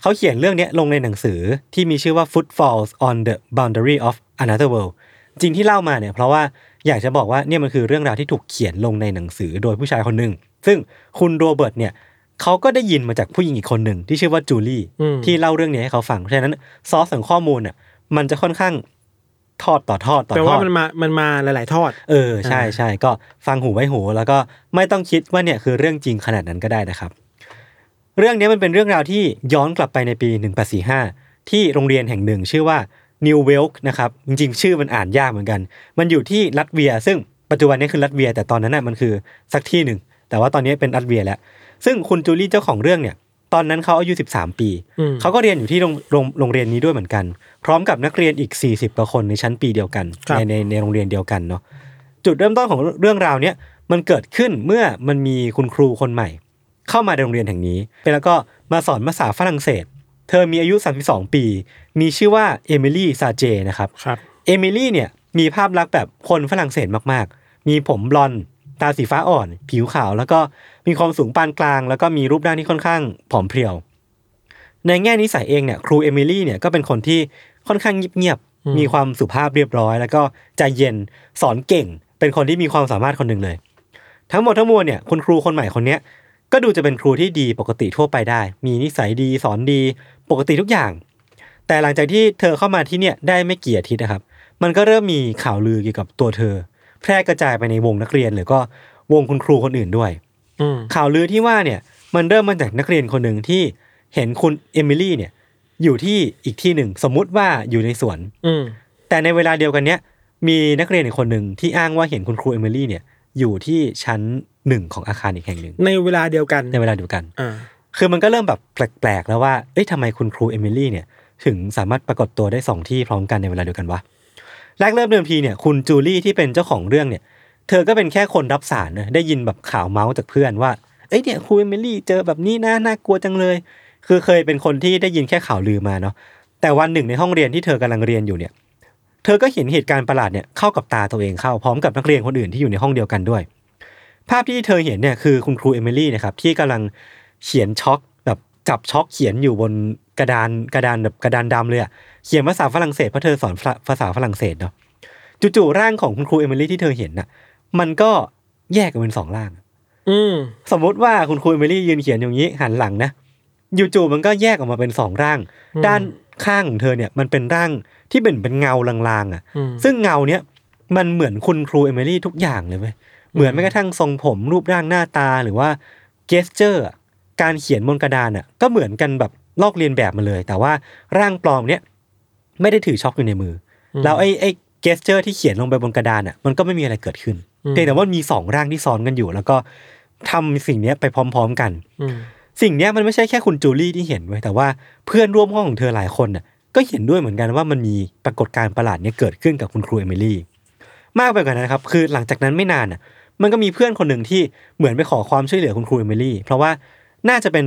[SPEAKER 2] เขาเขียนเรื่องเนี้ยลงในหนังสือที่มีชื่อว่า Footfalls on the Boundary of Another World จริงที่เล่ามาเนี่ยเพราะว่าอยากจะบอกว่าเนี่ยมันคือเรื่องราวที่ถูกเขียนลงในหนังสือโดยผู้ชายคนหนึ่งซึ่งคุณโรเบิร์ตเนี่ยเขาก็ได้ยินมาจากผู้หญิงอีกคนหนึ่งที่ชื่อว่าจูลี่
[SPEAKER 3] อืม
[SPEAKER 2] ที่เล่าเรื่องนี้ให้เขาฟังเพราะฉะนั้นซอสของข้อมูลน่ะมันจะค่อนข้างทอดต่อทอดต่อ
[SPEAKER 3] แปล
[SPEAKER 2] ท
[SPEAKER 3] ว่า
[SPEAKER 2] อด
[SPEAKER 3] มันมามันมาหลาย ๆ ทอด
[SPEAKER 2] เออใช่ใช่ก็ฟังหูไว้หูแล้วก็ไม่ต้องคิดว่าเนี่ยคือเรื่องจริงขนาดนั้นก็ได้นะครับ เรื่องนี้มันเป็นเรื่องราวที่ย้อนกลับไปในปี 1845 ที่โรงเรียนแห่งหนึ่งชื่อว่านิวเวลค์นะครับ จริงๆ ชื่อมันอ่านยากเหมือนกัน มันอยู่ที่ลัตเวีย ซึ่งปัจจุบันนี้คือลัตเวีย แต่ตอนนั้นน่ะมันคือสักที่หนึ่ง แต่ว่าตอนนี้เป็นลัตเวียแล้ว ซึ่งคุณจูลี่เจ้าของเรื่องเนี่ย ตอนนั้นเขาอายุ 13 ปี
[SPEAKER 3] อืม
[SPEAKER 2] เขาก็เรียนอยู่ที่โรงโรงโรงเรียนนี้ด้วยเหมือนกัน พร้อมกับนักเรียนอีก 40กว่าคนในชั้นปีเดียวกัน
[SPEAKER 3] ครับ
[SPEAKER 2] ในในในโรงเรียนเดียวกันเนาะ จุดเริ่มต้นของเรื่องราวเนี้ยมันเกิดขึ้นเมื่อมันมีคุณครูคนใหม่ เข้ามาในโรงเรียนแห่งนี้ แล้วก็มาสอนภาษาฝรั่งเศส เธอมีอายุ 32 ปี มีชื่อว่าเอมิลี่ซาเจนะครับ
[SPEAKER 3] ครับ
[SPEAKER 2] เอมิลี่เนี่ยมีภาพลักษณ์แบบคนฝรั่งเศสมาก ๆ มีผมบลอนด์ตาสีฟ้าอ่อน ผิวขาว แล้วก็มีความสูงปานกลาง แล้วก็มีรูปร่างที่ค่อนข้างผอมเพรียว ในแง่นิสัยเองเนี่ยครูเอมิลี่เนี่ยก็เป็นคนที่ค่อนข้างเงียบ
[SPEAKER 3] อืม
[SPEAKER 2] ๆมีความสุภาพเรียบร้อย แล้วก็ใจเย็นสอนเก่ง เป็นคนที่มีความสามารถคนหนึ่งเลย ทั้งหมดทั้งมวลเนี่ยคุณครูคนใหม่คนเนี้ยก็ดูจะเป็นครูที่ดีปกติทั่วไปได้ มีนิสัยดีสอนดีปกติทุกอย่าง แต่หลังจากที่เธอเข้ามาที่เนี่ยได้ไม่กี่อาทิตย์นะครับ มันก็เริ่มมีข่าวลือเกี่ยวกับตัวเธอ แพร่กระจายไปในวงนักเรียนหรือก็วงคุณครูคนอื่นด้วย
[SPEAKER 3] อืม
[SPEAKER 2] ข่าวลือที่ว่าเนี่ยมันเริ่มมาจากนักเรียนคนหนึ่งที่เห็นคุณเอมิลี่เนี่ยอยู่ที่อีกที่หนึ่งสมมุติว่าอยู่ในสวน
[SPEAKER 3] อืม
[SPEAKER 2] แต่ในเวลาเดียวกันเนี้ยมีนักเรียนอีกคนหนึ่งที่อ้างว่าเห็นคุณครูเอมิลี่เนี่ยอยู่ที่ชั้นหนึ่งของอาคารอีกแห่งหนึ่ง
[SPEAKER 3] ในเวลาเดียวกัน
[SPEAKER 2] ในเวลาเดียวกัน
[SPEAKER 3] อ่า
[SPEAKER 2] คือมันก็เริ่มแบบแปลกๆ แล้วว่า เอ๊ะทำไมคุณครูเอมิลี่เนี่ยถึงสามารถปรากฏตัวได้สองที่พร้อมกันในเวลาเดียวกันวะ แรกเริ่มเดิมทีเนี่ยคุณจูลี่ที่เป็นเจ้าของเรื่องเนี่ย เธอก็เป็นแค่คนรับสารนะได้ยินแบบข่าวเมาส์จากเพื่อนว่า เอ้ยเนี่ยครูเอมิลี่เจอแบบนี้นะน่ากลัวจังเลย คือเคยเป็นคนที่ได้ยินแค่ข่าวลือมาเนาะ แต่วันหนึ่งในห้องเรียนที่เธอกำลังเรียนอยู่เนี่ย เธอก็เห็นเหตุการณ์ประหลาดเนี่ยเข้ากับตาตัวเองเข้าพร้อมกับนักเรียนคนอื่นที่อยู่ในห้องเดียวกันด้วย ภาพที่เธอเห็นเนี่ยคือคุณครูเอมิลี่นะครับที่กำลังเขียนช็อกแบบจับช็อกเขียนอยู่บนกระดานกระดานแบบกระดานดำเลยอะเขียนภาษาฝรั่งเศสเพราะเธอสอนฝรั่งภาษาฝรั่งเศสเนาะจู่ๆร่างของคุณครูเอมิลี่ที่เธอเห็นน่ะมันก็แยกกันเป็นสองร่าง
[SPEAKER 3] อืม
[SPEAKER 2] สมมติว่าคุณครูเอมิลี่ยืนเขียนอย่างนี้หันหลังนะจู่ๆมันก็แยกออกมาเป็นสองร่าง ด้านข้างของเธอเนี่ยมันเป็นร่างที่เป็นเป็นเงาลางๆอ่ะ
[SPEAKER 3] อืม
[SPEAKER 2] ซึ่งเงาเนี้ยมันเหมือนคุณครูเอมิลี่ทุกอย่างเลยเว้ยเหมือนแม้กระทั่งทรงผมรูปร่างหน้าตาหรือว่าเกสเจอร์การเขียนบนกระดานอ่ะก็เหมือนกันแบบลอกเลียนแบบมาเลย แต่ว่าร่างปลอมเนี้ยไม่ได้ถือช็อกอยู่ในมืออแล้วไอ้ไอ้เกสเจอร์ที่เขียนลงไปบนกระดานอ่ะมันก็ไม่มีอะไรเกิดขึ้นเพียงแต่ว่ามีสองร่างที่ซ้อนกันอยู่ แล้วก็ทำสิ่งเนี้ยไปพร้อม ๆกัน
[SPEAKER 3] อืม
[SPEAKER 2] สิ่งเนี้ยมันไม่ใช่แค่คุณจูลี่ที่เห็นไว้ยแต่ว่าเพื่อนร่วมห้องของเธอหลายคนน่ะก็เห็นด้วยเหมือนกันว่ามันมีปรากฏการณ์ประหลาดเนี้ยเกิดขึ้นกับคุณครูเอมิลี่มากไปกว่านั้นครับคือหลังจากนั้นไม่นานน่ะมันก็มีเพื่อนคนหนึ่งที่เหมือนไปขอความช่วยเหลือคุณครูเอมิลี่เพราะว่าน่าจะเป็น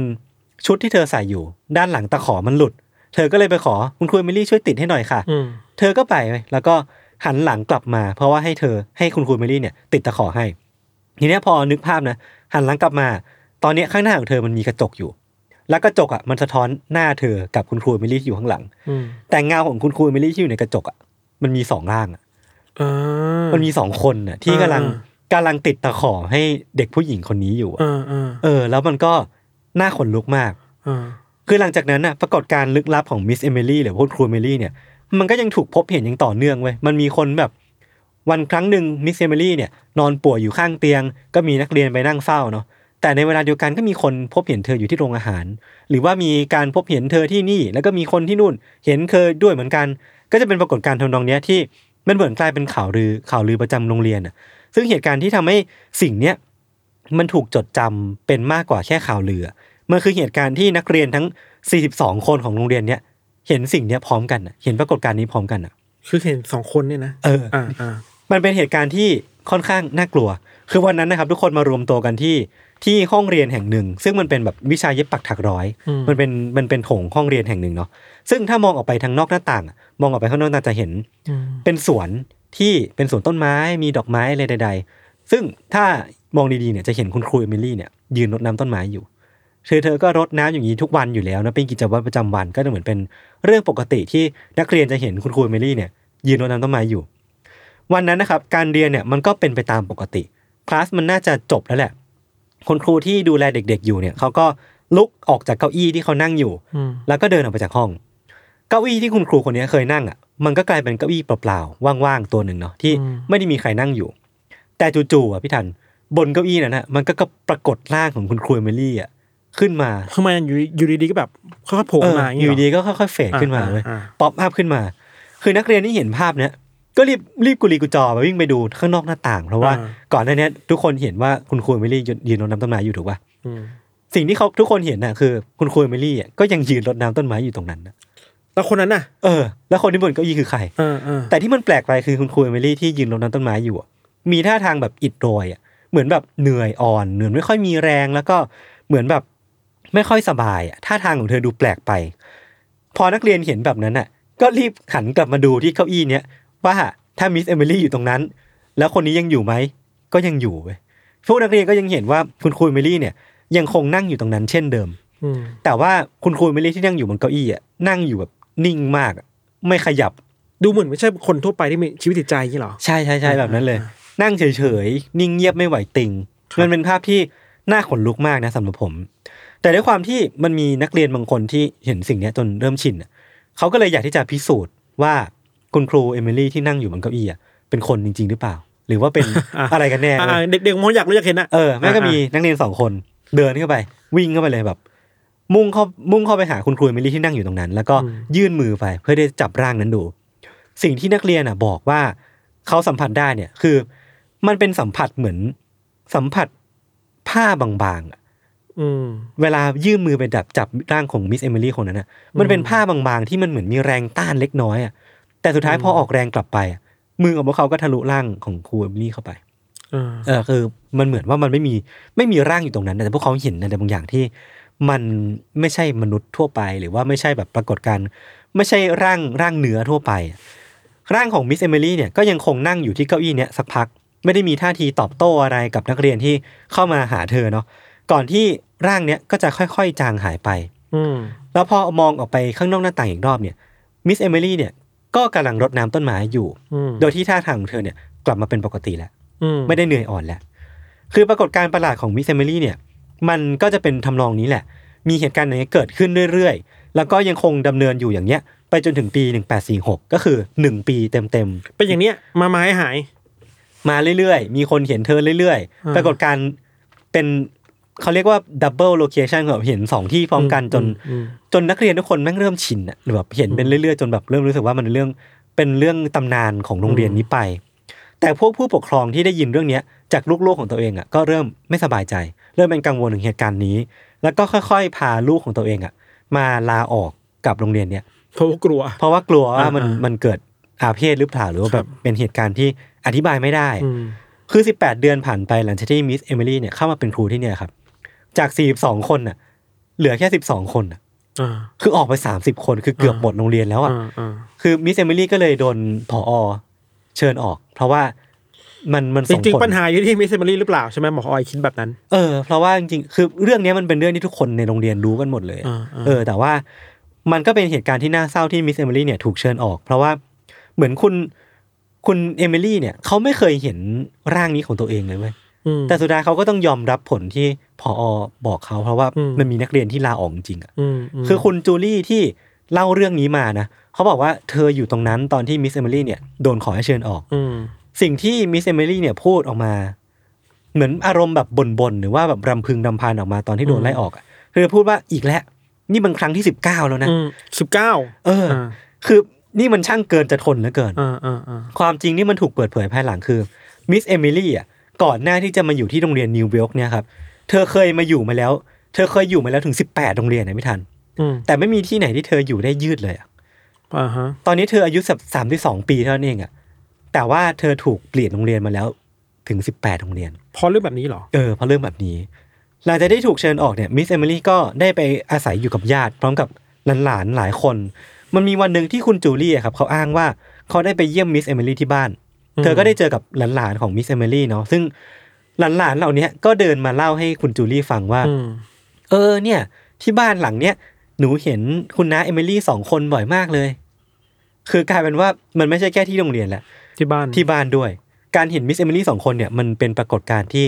[SPEAKER 2] ชุดที่เธอใส่อยู่ ด้านหลังตะขอมันหลุด เธอก็เลยไปขอคุณครูเอมิลี่ช่วยติดให้หน่อยค่ะ
[SPEAKER 3] อืม
[SPEAKER 2] เธอก็ไปเว้ยแล้วก็หันหลังกลับมา เพราะว่าให้เธอให้คุณครูเมลี่เนี่ย ติดตะขอให้ ทีเนี้ยพอนึกภาพนะ หันหลังกลับมา ตอนเนี้ยข้างหน้าของเธอมันมีกระจกอยู่ แล้วกระจกอ่ะมันสะท้อนหน้าเธอกับคุณครูเมลี่ที่อยู่ข้างหลัง
[SPEAKER 3] อืม
[SPEAKER 2] แต่เงาของคุณครูเมลี่ที่อยู่ในกระจกอ่ะมันมีสองร่างอะ
[SPEAKER 3] อ่ามั
[SPEAKER 2] มันมีสองคนน่ะที่กำลัง
[SPEAKER 3] อ่
[SPEAKER 2] กำลังติดตะขอให้เด็กผู้หญิงคนนี้อยู่อะ
[SPEAKER 3] อ่าอ่า
[SPEAKER 2] เออ แล้วมันก็น่าขนลุกมาก
[SPEAKER 3] อ่า
[SPEAKER 2] คือหลังจากนั้นน่ะปรากฏการณ์ลึกลับของมิสเอมิลี่หรือพวกครูเอมิลี่เนี่ยมันก็ยังถูกพบเห็นอย่างต่อเนื่องเว้ยมันมีคนแบบวันครั้งหนึ่งมิสเอมิลี่เนี่ยนอนป่วยอยู่ข้างเตียง ก็มีนักเรียนไปนั่งเฝ้าเนาะแต่ในเวลาเดียวกันก็มีคนพบเห็นเธออยู่ที่โรงอาหาร หรือว่ามีการพบเห็นเธอที่นี่ แล้วก็มีคนที่นู่นเห็นเธอด้วยเหมือนกัน ก็จะเป็นปรากฏการณ์ทำนองเนี้ยที่มันเหมือนกลายเป็นข่าวลือข่าวลือประจำโรงเรียนน่ะซึ่งเหตุการณ์ที่ทำให้สิ่งเนี้ยมันถูกจดจำเป็นมากกว่าแค่ข่าวลืออะ มันคือเหตุการณ์ที่นักเรียนทั้ง 42 คนของโรงเรียนเนี้ยเห็นสิ่งเนี้ยพร้อมกันน่ะเห็นปรากฏการณ์นี้พร้อมกันอ่ะ
[SPEAKER 3] คือเห็นสองคนเนี่ยนะ
[SPEAKER 2] เออ
[SPEAKER 3] อ่าอ่า
[SPEAKER 2] มันเป็นเหตุการณ์ที่ค่อนข้างน่ากลัว คือวันนั้นนะครับ ทุกคนมารวมตัวกันที่ที่ห้องเรียนแห่งหนึ่ง ซึ่งมันเป็นแบบวิชาเย็บปักถักร้อย มันเป็นมันเป็นโถงห้องเรียนแห่งหนึ่งเนาะ ซึ่งถ้ามองออกไปทางนอกหน้าต่างอะมองออกไปข้างนอกหน้าต่างจะเห็น
[SPEAKER 3] อืม
[SPEAKER 2] เป็นสวนที่เป็นสวนต้นไม้มีดอกไม้อะไรใด ๆ ซึ่งถ้ามองดีๆเนี่ยจะเห็นคุณครูเอมิลี่เนี่ยยืนรดน้ำต้นไม้อยู่เธอเธอก็รดน้ำอย่างนี้ทุกวันอยู่แล้วนะเป็นกิจวัตรประจำวันก็เหมือนเป็นเรื่องปกติที่นักเรียนจะเห็นคุณครูเอมิลี่เนี่ยยืนรดน้ำต้นไม้อยู่ วันนั้นนะครับการเรียนเนี่ยมันก็เป็นไปตามปกติคลาสมันน่าจะจบแล้วแหละ คนครูที่ดูแลเด็กๆอยู่เนี่ยเขาก็ลุกออกจากเก้าอี้ที่เขานั่งอยู่
[SPEAKER 3] อืม
[SPEAKER 2] แล้วก็เดินออกไปจากห้อง เก้าอี้ที่คุณครูคนนี้เคยนั่งอ่ะ มันก็กลายเป็นเก้าอี้เปล่าๆ ว่างๆ ตัวหนึ่งเนาะที่ไม่ได้มีใครนั่งอยู่ แต่จู่ๆอ่ะพี่ทันบนเก้าอี้นั้นนะมันก็ก็ปรากฏร่างของคุณครูเอมิลี่อ่ะขึ้นมา
[SPEAKER 3] คือมันอยู่อยู่ดีๆก็แบบค่อยๆโผล่
[SPEAKER 2] เออ
[SPEAKER 3] มาาง
[SPEAKER 2] อ
[SPEAKER 3] งี้
[SPEAKER 2] ยู่
[SPEAKER 3] เหร
[SPEAKER 2] ดีๆก็ค่อยๆเฟดขึ้นมา
[SPEAKER 3] อ่
[SPEAKER 2] เลย
[SPEAKER 3] อ่า
[SPEAKER 2] ป๊อปอัพขึ้นมา คือนักเรียนที่เห็นภาพเนี้ยก็รีบรีบกุลีกุจอมาวิ่งไปดูข้างนอกหน้าต่าง เพราะว่าก่อนหน้าเนี้ยทุกคนเห็นว่าคุณครูเอมิลี่ยืนยืนรดน้ำต้นไม้อยู่ถูกป่ะ
[SPEAKER 3] อืม
[SPEAKER 2] สิ่งที่เขาทุกคนเห็นน่ะคือคุณครูเอมิลี่อ่ะก็ยังยืนรดน้ำต้นไม้อยู่ตรงนั้นนะ
[SPEAKER 3] แล้วคนนั้นน่ะ
[SPEAKER 2] เออ แล้วคนที่บนเก้าอี้คือใคร
[SPEAKER 3] เออเออ
[SPEAKER 2] แต่ที่มันแปลกไปคือคุณครูเอมิลี่ที่ยืนรดน้ำต้นไม้อยู่อะมีท่าทางแบบอิดโรยอ่ะเหมือนแบบเหนื่อยอ่อนเหมือนไม่ค่อยมีแรงแล้วก็เหมือนแบบไม่ค่อยสบายอ่ะท่าทางของเธอดูแปลกไป พอนักเรียนเห็นแบบนั้นอ่ะ ก็รีบหันกลับมาดูที่เก้าอี้เนี้ยว่าถ้ามิสเอมิลี่อยู่ตรงนั้น แล้วคนนี้ยังอยู่ไหมก็ยังอยู่เว้ยพวกนักเรียนก็ยังเห็นว่าคุณครูเอมิลี่เนี่ยยังคงนั่งอยู่ตรงนั้นเช่นเดิม
[SPEAKER 3] อืม
[SPEAKER 2] แต่ว่าคุณครูเอมิลี่ที่นั่งอยู่บนเก้าอี้อ่ะนั่งอยู่แบบนิ่งมากอะไม่ขยับ
[SPEAKER 3] ดูเหมือนไม่ใช่คนทั่วไปที่มีชีวิตจิตใจอย่างนี้เหรอ
[SPEAKER 2] ใช่ใช่ใช่แบบนั้นเลย
[SPEAKER 3] อ่า
[SPEAKER 2] นั่งเฉยๆ นิ่งเงียบไม่ไหวติง
[SPEAKER 3] ครับ
[SPEAKER 2] มันเป็นภาพที่น่าขนลุกมากนะสำหรับผม แต่ด้วยความที่มันมีนักเรียนบางคนที่เห็นสิ่งเนี้ยจนเริ่มชินอะเขาก็เลยอยากที่จะพิสูจน์ว่าคุณครูเอมิลี่ที่นั่งอยู่บนเก้าอี้อะเป็นคนจริง ๆ หรือเปล่า หรือว่าเป็น อะไรกันแน่
[SPEAKER 3] อ่า
[SPEAKER 2] เว้ย
[SPEAKER 3] เด็กๆมันอยากรู้อยากเห็นอ่ะ
[SPEAKER 2] เออแม่งก็มีนักเรียนสองคนเดินเข้าไป วิ่งเข้าไปเลยแบบ มุ่งเข้ามุ่งเข้าไปหาคุณครูเอมิลี่ที่นั่งอยู่ตรงนั้น แล้วก็
[SPEAKER 3] อืม
[SPEAKER 2] ยื่นมือไปเพื่อที่จะจับร่างนั้นดู สิ่งที่นักเรียนอ่ะบอกว่าเขาสัมผัสได้เนี่ยคือ มันเป็นสัมผัสเหมือนสัมผัสผ้าบางๆอะ
[SPEAKER 3] อืม
[SPEAKER 2] เวลายื่นมือไปดับจับร่างของมิสเอมิลี่คนนั้นอ่ะมันเป็นผ้าบางๆที่มันเหมือนมีแรงต้านเล็กน้อยอ่ะแต่สุดท้ายพอออกแรงกลับไปอะมือของพวกเขาก็ทะลุร่างของครูเอมิลี่เข้าไป
[SPEAKER 3] เออ
[SPEAKER 2] เออคือมันเหมือนว่ามันไม่มีไม่มีร่างอยู่ตรงนั้น แต่พวกเขาเห็นอะไรบางอย่างที่ มันไม่ใช่มนุษย์ทั่วไป หรือว่าไม่ใช่แบบปรากฏการณ์ไม่ใช่ร่างร่างเนื้อทั่วไป ร่างของมิสเอมิลี่เนี่ยก็ยังคงนั่งอยู่ที่เก้าอี้เนี่ยสักพัก ไม่ได้มีท่าทีตอบโต้อะไรกับนักเรียนที่เข้ามาหาเธอเนาะก่อนที่ร่างเนี้ยก็จะค่อยๆ จางหายไป
[SPEAKER 3] อืม
[SPEAKER 2] แล้วพอมองออกไปข้างนอกหน้าต่างอีกรอบเนี่ยมิสเอมิลี่เนี่ยก็กำลังรดน้ำต้นไม้อยู่
[SPEAKER 3] อืม
[SPEAKER 2] โดยที่ท่าทางของเธอเนี่ยกลับมาเป็นปกติแล้ว
[SPEAKER 3] อืม
[SPEAKER 2] ไม่ได้เหนื่อยอ่อนแล้ว คือปรากฏการณ์ประหลาดของมิสเซมิลี่เนี่ย มันก็จะเป็นทำนองนี้แหละ มีเหตุการณ์อย่างนี้ยเกิดขึ้นเรื่อยๆ แล้วก็ยังคงดำเนินอยู่อย่างเนี้ย ไปจนถึงปี 1846 ก็คือ 1 ปีเต็ม
[SPEAKER 3] เป็นอย่างเนี้ยมาไม้หาย
[SPEAKER 2] ๆ มาเรื่อยๆ มีคนเห็นเธอเรื่อย
[SPEAKER 3] อ่า
[SPEAKER 2] ๆ ปรากฏการณ์เป็นเขาเรียกว่าดับเบิลโลเคชันแบบเห็น 2 ที่พร้อมกันจน
[SPEAKER 3] อืม
[SPEAKER 2] จนนักเรียนทุกคนแม่งเริ่มชินอะหรือแบบเห็นเป็นเรื่อยๆ จนแบบเริ่มรู้สึกว่ามันเป็นเรื่องเป็นเรื่องตำนานของโรงเรียนนี้ไป แต่พวกผู้ปกครองที่ได้ยินเรื่องเนี้ยจากลูกๆของตัวเองอ่ะก็เริ่มไม่สบายใจ เริ่มเป็นกังวลถึงเหตุการณ์นี้ แล้วก็ค่อยๆ พาลูกของตัวเองอ่ะมาลาออกกับโรงเรียนเนี้ย
[SPEAKER 3] เพราะว่ากลัว
[SPEAKER 2] เพราะว่ากลัวว่ามัน
[SPEAKER 3] อ่าๆ
[SPEAKER 2] มันเกิดอาเพศหรือเปล่าหรือว่า
[SPEAKER 3] ค
[SPEAKER 2] แบ
[SPEAKER 3] รับ
[SPEAKER 2] บเป็นเหตุการณ์ที่อธิบายไม่ได้
[SPEAKER 3] อืม
[SPEAKER 2] คือ 18 เดือนผ่านไปหลังจากที่มิสเอมิลี่เนี่ยเข้ามาเป็นครูที่เนี่ยครับจาก 42 คนน่ะเหลือแค่ 12 คนน่ะ
[SPEAKER 3] อ่า
[SPEAKER 2] คือออกไป 30 คนคือเกือบ
[SPEAKER 3] อ่า
[SPEAKER 2] หมดโรงเรียนแล้วอ่ะ
[SPEAKER 3] อ่าอ่า
[SPEAKER 2] คือมิสเอมิลี่ก็เลยโดนผอเชิญออก เพราะว่ามันมัน
[SPEAKER 3] จ
[SPEAKER 2] ส่ง
[SPEAKER 3] ริง
[SPEAKER 2] ผ
[SPEAKER 3] ๆ ปั
[SPEAKER 2] ล
[SPEAKER 3] ญหาอยู่ที่มิสเซมารีหรือเปล่าใช่ไหมหมอออยคิดแบบนั้น
[SPEAKER 2] เออเพราะว่าจริงๆคือเรื่องเนี้ยมันเป็นเรื่องที่ทุกคนในโรงเรียนรู้กันหมดเลยอะ
[SPEAKER 3] อ่าอ่า
[SPEAKER 2] เออ แต่ว่ามันก็เป็นเหตุการณ์ที่น่าเศร้าที่มิสเอมิลี่เนี่ยถูกเชิญออก เพราะว่าเหมือนคุณคุณเอมิลี่เนี่ยเขาไม่เคยเห็นร่างนี้ของตัวเองเลยเว้ย
[SPEAKER 3] อืม
[SPEAKER 2] แต่สุดท้ายเขาก็ต้องยอมรับผลที่ผอบอกเขา เพราะว่า
[SPEAKER 3] อืม
[SPEAKER 2] มันมีนักเรียนที่ลาออกจริงๆอะ
[SPEAKER 3] อืมม
[SPEAKER 2] คือคุณจูลี่ที่เล่าเรื่องนี้มานะเขาบอกว่าเธออยู่ตรงนั้นตอนที่มิสเอมิลี่เนี่ยโดนขอให้เชิญออก
[SPEAKER 3] อืม
[SPEAKER 2] สิ่งที่มิสเอมิลี่เนี่ยพูดออกมา เหมือนอารมณ์แบบบ่นๆหรือว่าแบบรำพึงรำพันออกมาตอนที่โดนไล่ออกอะเธอพูดว่าอีกแล้วนี่มันครั้งที่สิบเก้าแล้วนะ
[SPEAKER 3] อืมสิบเก้า
[SPEAKER 2] เอออ คือนี่มันช่างเกินจะทนเหลือเกิน
[SPEAKER 3] อ่าอ่าอ่า
[SPEAKER 2] ความจริงนี่มันถูกเปิดเผยภายหลังคือมิสเอมิลี่อ่ะก่อนหน้าที่จะมาอยู่ที่โรงเรียนนิวเวลก์เนี่ยครับเธอเคยมาอยู่มาแล้ว เธอเคยอยู่มาแล้วถึงสิบแปดโรงเรียนนะพี่ทัน
[SPEAKER 3] อืม
[SPEAKER 2] แต่ไม่มีที่ไหนที่เธออยู่ได้ยืดเลยอะ
[SPEAKER 3] อ่าฮะ
[SPEAKER 2] ตอนนี้เธออายุสักสามที่สองปีเท่านั้นเองอะแต่ว่าเธอถูกเปลี่ยนโรงเรียนมาแล้วถึงสิบแปดโรงเรียน
[SPEAKER 3] เพราะเรื่องแบบนี้เหรอ
[SPEAKER 2] เออเพราะเรื่องแบบนี้ หลังจากได้ถูกเชิญออกเนี่ยมิสเอมิลี่ก็ได้ไปอาศัยอยู่กับญาติ พร้อมกับหลานๆหลายคน มันมีวันหนึ่งที่คุณจูเลี่ยครับเขาอ้างว่าเขาได้ไปเยี่ยมมิสเอมิลี่ที่บ้าน
[SPEAKER 3] อืม
[SPEAKER 2] เธอก็ได้เจอกับหลานๆของมิสเอมิลี่เนาะซึ่งหลานๆเหล่านี้ก็เดินมาเล่าให้คุณจูเลี่ยฟังว่า
[SPEAKER 3] อืม
[SPEAKER 2] เออเนี่ยที่บ้านหลังเนี้ยหนูเห็นคุณน้าเอมิลี่สองคนบ่อยมากเลย คือกลายเป็นว่ามันไม่ใช่แค่ที่โรงเรียนแหละ
[SPEAKER 3] ที่บ้าน
[SPEAKER 2] ที่บ้านด้วย การเห็นมิสเอมิลี่สองคนเนี่ยมันเป็นปรากฏการณ์ที่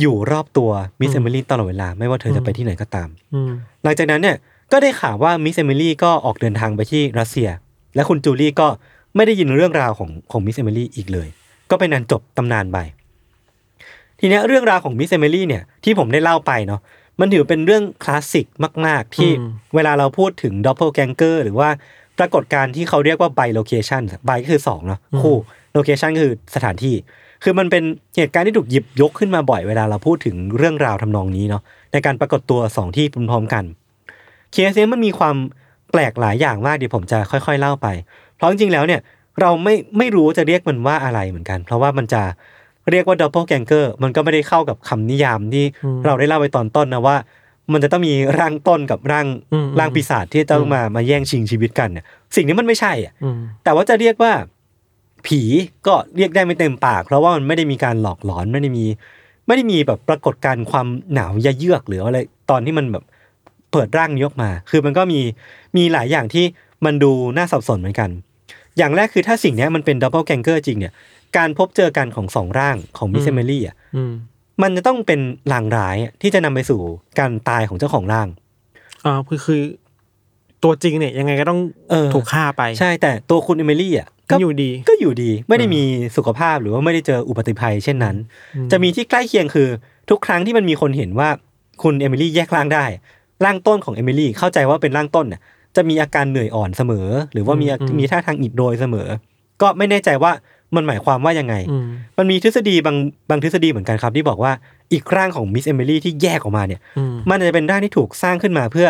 [SPEAKER 2] อยู่รอบตัวมิสเอมิลี่ตลอดเวลาไม่ว่าเธอจะไปที่ไหนก็ตาม
[SPEAKER 3] อืม
[SPEAKER 2] หลังจากนั้นเนี่ยก็ได้ข่าวว่ามิสเอมิลี่ก็ออกเดินทางไปที่รัสเซีย และคุณจูลี่ก็ไม่ได้ยินเรื่องราวของของมิสเอมิลี่อีกเลย ก็เป็นนันจบตำนานไป ทีเนี้ยเรื่องราวของมิสเอมิลี่เนี่ยที่ผมได้เล่าไปเนาะมันถือเป็นเรื่องคลาสสิกมาก ๆ ที่เวลาเราพูดถึงด o ปเ e ลแกงเกอร์หรือว่าปรากฏการณ์ที่เขาเรียกว่าไบโลเคชันไบก็คือสองเนาะคู่โลเคชันคือสถานที่ คือมันเป็นเหตุการณ์ที่ถูกหยิบยกขึ้นมาบ่อยเวลาเราพูดถึงเรื่องราวทำนองนี้เนาะในการปรากฏตัวสองที่พร้อมๆกัน เคสเนี้ยมันมีความแปลกหลายอย่างมากเดี๋ยวผมจะค่อยๆเล่าไป เพราะจริงๆแล้วเนี่ยเราไม่ไม่รู้จะเรียกมันว่าอะไรเหมือนกัน เพราะว่ามันจะเรียกว่าดับเบิลแกงเกอร์มันก็ไม่ได้เข้ากับคำนิยามที่เราได้เล่าไปตอนต้นนะว่า มันจะต้องมีร่างต้นกับร่างร่างปีศาจที่ต้องมามาแย่งชิงชีวิตกันเนี่ยสิ่งนี้มันไม่ใช่อะ
[SPEAKER 3] อืม
[SPEAKER 2] แต่ว่าจะเรียกว่าผีก็เรียกได้ไม่เต็มปาก เพราะว่ามันไม่ได้มีการหลอกหลอนไม่ได้มี ไม่ได้มีแบบปรากฏการณ์ความหนาวยะเยือกหรืออะไรตอนที่มันแบบเปิดร่างยกมา คือมันก็มีมีหลายอย่างที่มันดูน่าสับสนเหมือนกัน อย่างแรกคือถ้าสิ่งเนี้ยมันเป็นดับเบิลแกงเกอร์จริงเนี่ยการพบเจอกันของสองร่างของมิสเซมลี่อ่ะ
[SPEAKER 3] อืม
[SPEAKER 2] มันจะต้องเป็นลางร้ายอะที่จะนำไปสู่การตายของเจ้าของร่าง
[SPEAKER 3] อ่าคือคือ ตัวจริงเนี่ยยังไงก็ต้อง
[SPEAKER 2] เออ
[SPEAKER 3] ถูกฆ่าไป
[SPEAKER 2] ใช่แต่ตัวคุณเอมิลี่อ่ะ
[SPEAKER 3] ก็
[SPEAKER 2] ก็
[SPEAKER 3] อยู่ดี
[SPEAKER 2] ก็อยู่ดีไม่ได้มีสุขภาพหรือว่าไม่ได้เจออุบัติภัยเช่นนั้น จะมีที่ใกล้เคียงคือ ทุกครั้งที่มันมีคนเห็นว่าคุณเอมิลี่แยกร่างได้ ร่างต้นของเอมิลี่เข้าใจว่าเป็นร่างต้นน่ะจะมีอาการเหนื่อยอ่อนเสมอ หรือว่ามี
[SPEAKER 3] อืม
[SPEAKER 2] มีท่าทางอิดโรยเสมอ ก็ไม่แน่ใจว่ามันหมายความว่ายังไง
[SPEAKER 3] อืม
[SPEAKER 2] มันมีทฤษฎีบางบางทฤษฎีเหมือนกันครับ ที่บอกว่าอีกร่างของมิสเอมิลี่ที่แยกออกมาเนี่ย
[SPEAKER 3] อืม
[SPEAKER 2] มันอาจจะเป็นร่างที่ถูกสร้างขึ้นมาเพื่อ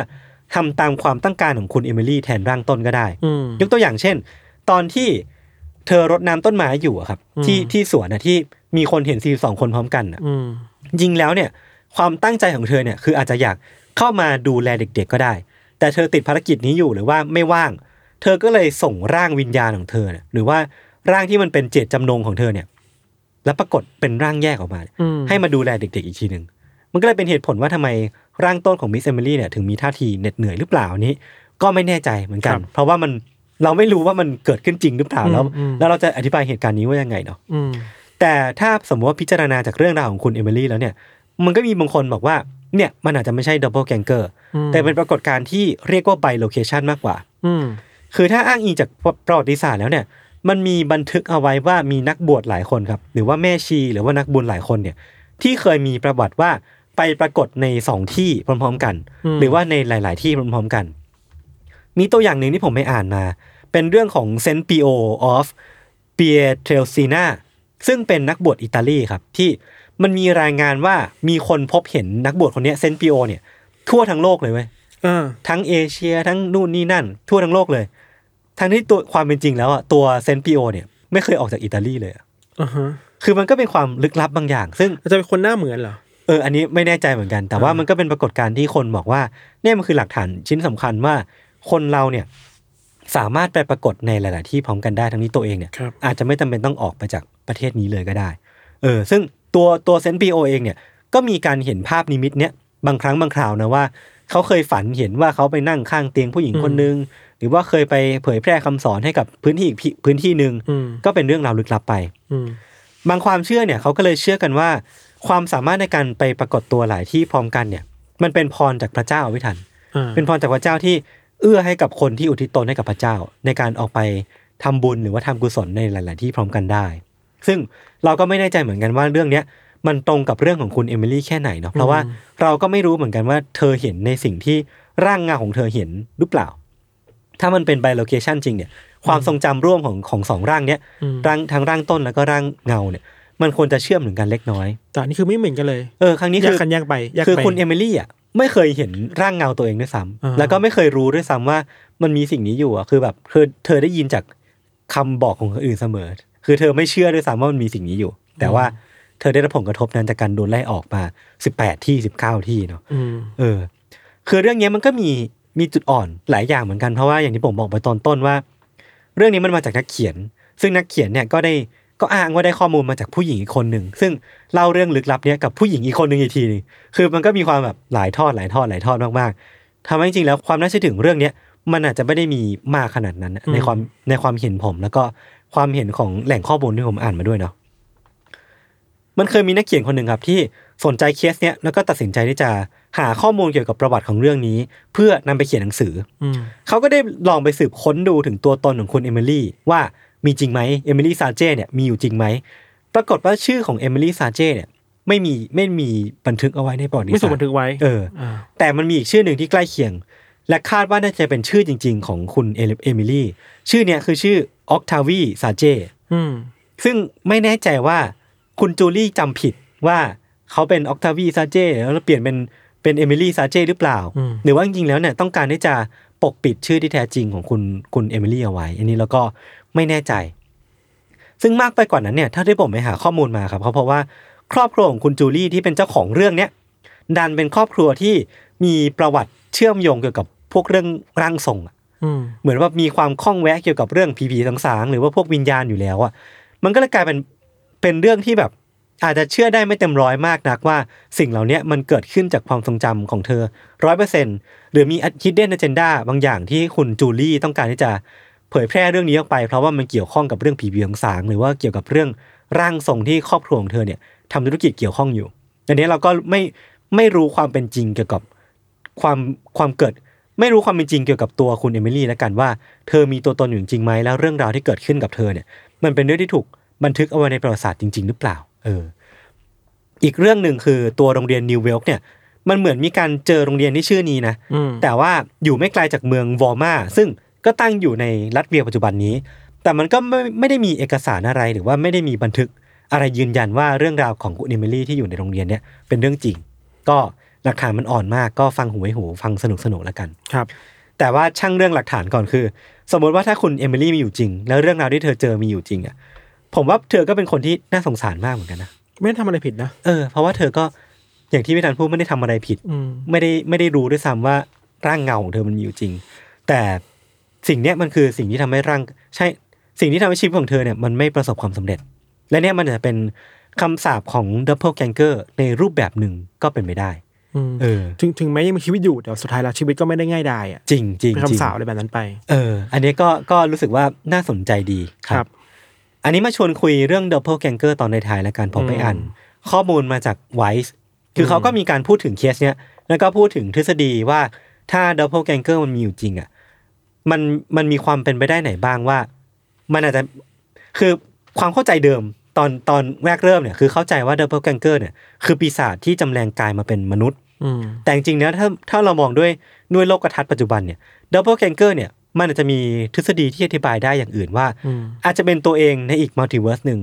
[SPEAKER 2] ทำตามความต้องการของคุณเอมิลี่แทนร่างต้นก็ได้
[SPEAKER 3] อืม
[SPEAKER 2] ยกตัวอย่างเช่น ตอนที่เธอรดน้ำต้นไม้อยู่อะครับ
[SPEAKER 3] อืม
[SPEAKER 2] ที่ที่สวนอะที่มีคนเห็นซีสองคนพร้อมกันอะ
[SPEAKER 3] อืม
[SPEAKER 2] จริงแล้วเนี่ย ความตั้งใจของเธอเนี่ยคืออาจจะอยากเข้ามาดูแลเด็ก ๆ ก็ได้ แต่เธอติดภารกิจนี้อยู่หรือว่าไม่ว่าง เธอก็เลยส่งร่างวิญญาณของเธอเนี่ยหรือว่าร่างที่มันเป็นเจตจำนงของเธอเนี่ย แล้วปรากฏเป็นร่างแยกออกมา
[SPEAKER 3] อืม
[SPEAKER 2] ให้มาดูแลเด็ก ๆ อีกทีหนึ่ง มันก็เลยเป็นเหตุผลว่าทำไมร่างต้นของมิสเอมิลี่เนี่ยถึงมีท่าทีเหน็ดเหนื่อยหรือเปล่านี้ ก็ไม่แน่ใจเหมือนกัน
[SPEAKER 3] ครับ
[SPEAKER 2] เพราะว่ามันเราไม่รู้ว่ามันเกิดขึ้นจริงหรือเปล่าแล้ว
[SPEAKER 3] อืมอืม
[SPEAKER 2] แล้วเราจะอธิบายเหตุการณ์นี้ว่ายังไงเนาะ
[SPEAKER 3] อืม
[SPEAKER 2] แต่ถ้าสมมติว่าพิจารณาจากเรื่องราวของคุณเอมิลี่แล้วเนี่ย มันก็มีบางคนบอกว่า เนี่ยมันอาจจะไม่ใช่ดับเบิลแกงเกอร์
[SPEAKER 3] อืม
[SPEAKER 2] แต่เป็นปรากฏการณ์ที่เรียกว่าไบโลเคชันมากกว่า
[SPEAKER 3] อืม
[SPEAKER 2] คือถ้าอ้างอิงจากประวัติศาสตร์แล้วเนี่ย มันมีบันทึกเอาไว้ว่ามีนักบวชหลายคนครับ หรือว่าแม่ชีหรือว่านักบุญหลายคนเนี่ย ที่เคยมีประวัติว่าไปปรากฏในสองที่พร้อมๆกัน
[SPEAKER 3] อืม
[SPEAKER 2] หรือว่าในหลาย ๆ ที่พร้อมๆกัน มีตัวอย่างหนึ่งที่ผมไปอ่านมา เป็นเรื่องของเซนต์ปีโอออฟเปียเทลซีนาซึ่งเป็นนักบวชอิตาลีครับ ที่มันมีรายงานว่ามีคนพบเห็นนักบวชคนเนี้เซนต์ปีโอเนี่ย ทั่วทั้งโลกเลยเว้ย
[SPEAKER 3] อ่า
[SPEAKER 2] ทั้งเอเชียทั้งนู่นนี่นั่น ทั่วทั้งโลกเลย ทั้งที่ตัวความเป็นจริงแล้วอ่ะตัวเซนต์ปิโอเนี่ยไม่เคยออกจากอิตาลีเลยอะ
[SPEAKER 3] อ่าฮะ
[SPEAKER 2] คือมันก็เป็นความลึกลับบางอย่าง ซึ่ง
[SPEAKER 3] อาจจะเป็นคนหน้าเหมือนเหรอ
[SPEAKER 2] เอออันนี้ไม่แน่ใจเหมือนกัน แต่ว่ามันก็เป็นปรากฏการณ์ที่คนบอกว่าเนี่ยมันคือหลักฐานชิ้นสำคัญว่า คนเราเนี่ยสามารถไปปรากฏในหลาย ๆ ที่พร้อมกันได้ทั้งนี้ตัวเองเนี่ย
[SPEAKER 3] ครับ
[SPEAKER 2] อาจจะไม่จำเป็นต้องออกไปจากประเทศนี้เลยก็ได้ เออซึ่งตัวตัวเซนต์ปิโอเองเนี่ยก็มีการเห็นภาพนิมิตเนี่ยบางครั้งบางคราวนะว่า เขาเคยฝันเห็นว่าเขาไปนั่งข้างเตียงผู้หญิงคนหนึ่งหรือว่าเคยไปเผยแพร่คำสอนให้กับพื้นที่อีกพิพื้นที่หนึ่ง
[SPEAKER 3] อืม
[SPEAKER 2] ก็เป็นเรื่องราวลึกลับไป
[SPEAKER 3] อืม
[SPEAKER 2] บางความเชื่อเนี่ยเขาก็เลยเชื่อกันว่า ความสามารถในการไปปรากฏตัวหลายที่พร้อมกันเนี่ย มันเป็นพรจากพระเจ้าเอาไว้ทัน
[SPEAKER 3] อ่า
[SPEAKER 2] เป็นพรจากพระเจ้าที่เอื้อให้กับคนที่อุทิศตนให้กับพระเจ้า ในการออกไปทำบุญหรือว่าทำกุศลในหลาย ๆ ที่พร้อมกันได้ ซึ่งเราก็ไม่แน่ใจเหมือนกันว่าเรื่องเนี้ยมันตรงกับเรื่องของคุณเอมิลี่แค่ไหนเนาะเพราะว่าเราก็ไม่รู้เหมือนกันว่าเธอเห็นในสิ่งที่ร่างเงาของเธอเห็นหรือเปล่า ถ้ามันเป็นไบโลเคชันจริงเนี่ยความทรงจำร่วมของของสองร่างเนี้ย
[SPEAKER 3] อืม
[SPEAKER 2] ร่างทั้งร่างต้นแล้วก็ร่างเงาเนี่ย มันควรจะเชื่อมถึงกันเล็กน้อย
[SPEAKER 3] แต่อันนี่คือไม่เหมือนกันเลย
[SPEAKER 2] เออครั้งนี้
[SPEAKER 3] แย
[SPEAKER 2] คื
[SPEAKER 3] ก
[SPEAKER 2] อ
[SPEAKER 3] กันแยกไปแยก
[SPEAKER 2] คือ
[SPEAKER 3] ไป
[SPEAKER 2] คุณเอมิลี่อ่ะไม่เคยเห็นร่างเงาตัวเองด้วยซ้
[SPEAKER 3] อ่า
[SPEAKER 2] ำแล้วก็ไม่เคยรู้ด้วยซ้ำว่ามันมีสิ่งนี้อยู่อ่ะคือแบบเธอเธอได้ยินจากคำบอกของคนอื่นเสมอ คือเธอไม่เชื่อด้วยซ้ำว่ามันมีสิ่งนี้อยู่ แต่ว่าเธอได้รับผลกระทบนั้นจากการโดนไล่ออกมา 18 ที่ 19 ที่เนาะ
[SPEAKER 3] อืม
[SPEAKER 2] เออ คือเรื่องเนี้ยมันก็มีมีจุดอ่อนหลายอย่างเหมือนกันเพราะว่าอย่างที่ผมบอกไปตอนต้นว่า เรื่องนี้มันมาจากนักเขียน ซึ่งนักเขียนเนี่ยก็ได้ก็อ้างว่าได้ข้อมูลมาจากผู้หญิงอีกคนหนึ่ง ซึ่งเล่าเรื่องลึกลับเนี้ยกับผู้หญิงอีกคนหนึ่งอีกทีหนึงคือมันก็มีความแบบหลายทอดหลายทอดหลายทอดมากๆทำให้จริงๆแล้วความน่าเชื่อถือของเรื่องเนี้ยมันอาจจะไม่ได้มีมากขนาดนั้นนะในความในความเห็นผมแล้วก็ ความเห็นของแหล่งข้อมูลที่ผมอ่านมาด้วยเนาะมันเคยมีนักเขียนคนหนึ่งครับ ที่สนใจเคสเนี้ยแล้วก็ตัดสินใจที่จะหาข้อมูลเกี่ยวกับประวัติของเรื่องนี้ เพื่อนำไปเขียนหนังสือ
[SPEAKER 3] อืม
[SPEAKER 2] เขาก็ได้ลองไปสืบค้นดูถึงตัวตนของคุณเอมิลี่ว่ามีจริงไหมเอมิลี่ซาเจเนี่ยมีอยู่จริงไหม ปรากฏว่าชื่อของเอมิลี่ซาเจเนี่ยไม่มีไม่มีบันทึกเอาไว้ในประวัติ
[SPEAKER 3] ไม่
[SPEAKER 2] ศา
[SPEAKER 3] ส่ง
[SPEAKER 2] ส
[SPEAKER 3] บั
[SPEAKER 2] ต
[SPEAKER 3] น
[SPEAKER 2] ร์
[SPEAKER 3] ทึกไว้
[SPEAKER 2] เออ
[SPEAKER 3] อ่า
[SPEAKER 2] แต่มันมีอีกชื่อหนึ่งที่ใกล้เคียง และคาดว่าน่าจะเป็นชื่อจริง ๆ ของคุณเอมิลี่ ชื่อเนี่ยคือชื่อออกทาวีซาเจ
[SPEAKER 3] อืม
[SPEAKER 2] ซึ่งไม่แน่ใจว่าคุณจูลี่จำผิดว่าเขาเป็นออกทาวีซาเจแล้วเปลี่ยนเป็นเป็นเอมิลี่ซาเจหรือเปล่า
[SPEAKER 3] อืม
[SPEAKER 2] หรือว่าจริงๆแล้วเนี่ยต้องการที่จะปกปิดชื่อที่แท้จริงของคุณคุณเอมิลี่เอาไว้ อันนี้เราก็ไม่แน่ใจ ซึ่งมากไปกว่านั้นเนี่ยถ้าที่ผมไปหาข้อมูลมาครับเขาเพราะว่าครอบครัวของคุณจูลี่ที่เป็นเจ้าของเรื่องเนี้ยดันเป็นครอบครัวที่มีประวัติเชื่อมโยงเกี่ยวกับพวกเรื่องร่างทรงอะ
[SPEAKER 3] อืม
[SPEAKER 2] เหมือนว่ามีความข้องแวะเกี่ยวกับเรื่องผีๆสางๆหรือว่าพวกวิญญาณอยู่แล้วอ่ะมันก็เลยกลายเป็นเป็นเรื่องที่แบบ อาจจะเชื่อได้ไม่เต็มร้อยมากนักว่าสิ่งเหล่าเนี้ยมันเกิดขึ้นจากความทรงจำของเธอร้อยเปอร์เซ็นหรือมีคิดเด่นอเจนดาบางอย่างที่คุณจูลี่ต้องการที่จะเผยแพร่เรื่องนี้ออกไปเพราะว่ามันเกี่ยวข้องกับเรื่องผีผีสางๆหรือว่าเกี่ยวกับเรื่องร่างทรงที่ครอบครัวของเธอเนี่ยทำธุรกิจเกี่ยวข้องอยู่อันนี้เราก็ไม่ไม่รู้ความเป็นจริงเกี่ยวกับ ความความเกิดไม่รู้ความเป็นจริงเกี่ยวกับตัวคุณเอมิลี่แล้วกันว่าเธอมีตัวตนอยู่จริงไหมแล้วเรื่องราวที่เกิดขึ้นกับเธอเนี่ย มันเป็นเรื่องที่ถูกบันทึกเอาไว้ในประวัติศาสตร์จริง ๆ หรือเปล่า เออ อีกเรื่องหนึ่งคือตัวโรงเรียนนิวเวลเนี่ย มันเหมือนมีการเจอโรงเรียนที่ชื่อนี้นะ
[SPEAKER 3] อืม
[SPEAKER 2] แต่ว่าอยู่ไม่ไกลจากเมืองวอร์มาซึ่งก็ตั้งอยู่ในรัฐเวียปัจจุบันนี้ แต่มันก็ไม่ไม่ได้มีเอกสารอะไรหรือว่าไม่ได้มีบันทึกอะไรยืนยันว่าเรื่องราวของคุณเอมิลี่ที่อยู่ในโรงเรียนเนี่ยเป็นเรื่องจริง ก็หลักฐานมันอ่อนมากก็ฟังหูไว้หู ฟังสนุกสนุกแล้วกัน
[SPEAKER 3] ครับ
[SPEAKER 2] แต่ว่าช่างเรื่องหลักฐานก่อนคือ สมมติว่าถ้าคุณเอมิลี่มีอยู่จริง แล้วเรื่องราวที่เธอเจอมีอยู่จริงอ่ะผมว่าเธอก็เป็นคนที่น่าสงสารมากเหมือนกันนะ
[SPEAKER 3] ไม่ได้ทำอะไรผิดนะ
[SPEAKER 2] เออเพราะว่าเธอก็อย่างที่พี่ธันพูดไม่ได้ทำอะไรผิด
[SPEAKER 3] อืม
[SPEAKER 2] ไม่ได้ไม่ได้รู้ด้วยซ้ำว่าร่างเงาของเธอมันมีอยู่จริง แต่สิ่งเนี้ยมันคือสิ่งที่ทำให้ร่างใช่สิ่งที่ทำให้ชีวิตของเธอเนี่ยมันไม่ประสบความสำเร็จ และเนี่ยมันอาจจะเป็นคำสาปของดับเบิลแกงเกอร์ในรูปแบบหนึ่งก็เป็นไม่ได้
[SPEAKER 3] อืม
[SPEAKER 2] เออ
[SPEAKER 3] ถึงถึงแม้ยังมีชีวิตอยู่แต่สุดท้ายแล้วชีวิตก็ไม่ได้ง่ายดายอ่ะ
[SPEAKER 2] จริงจริง
[SPEAKER 3] เป็น
[SPEAKER 2] จริง
[SPEAKER 3] คำสาปอะไรแบบนั้นไป
[SPEAKER 2] เออ อันนี้ก็ก็รู้สึกว่าน่าสนใจดีครับ อันนี้มาชวนคุยเรื่อง Double g a n g e r ตอนในไทยแล้วกันผมไป
[SPEAKER 3] อืม
[SPEAKER 2] อ่านข้อมูลมาจาก Wise คือ
[SPEAKER 3] ม
[SPEAKER 2] เขาก็มีการพูดถึงเคสเนี้ยแล้วก็พูดถึงทฤษฎีว่าถ้า Double g a n g e r มันมีอยู่จริงอ่ะมันมันมีความเป็นไปได้ไหนบ้างว่า มันอาจจะคือความเข้าใจเดิมตอนตอนแรกเริ่มเนี่ยคือเข้าใจว่า Double g a n g e r เนี่ยคือปีศาจที่จำแรงกายมาเป็นมนุษย์
[SPEAKER 3] อืม
[SPEAKER 2] แต่จริงๆแล้วถ้าถ้าเรามองด้วยด้วยโลกทัศน์ปัจจุบันเนี่ย Double g a n g e r เนี่ยมันอาจจะมีทฤษฎีที่อธิบายได้อย่างอื่นว่า
[SPEAKER 3] อืม
[SPEAKER 2] อาจจะเป็นตัวเองในอีกมัลติเวิร์สหนึ่ง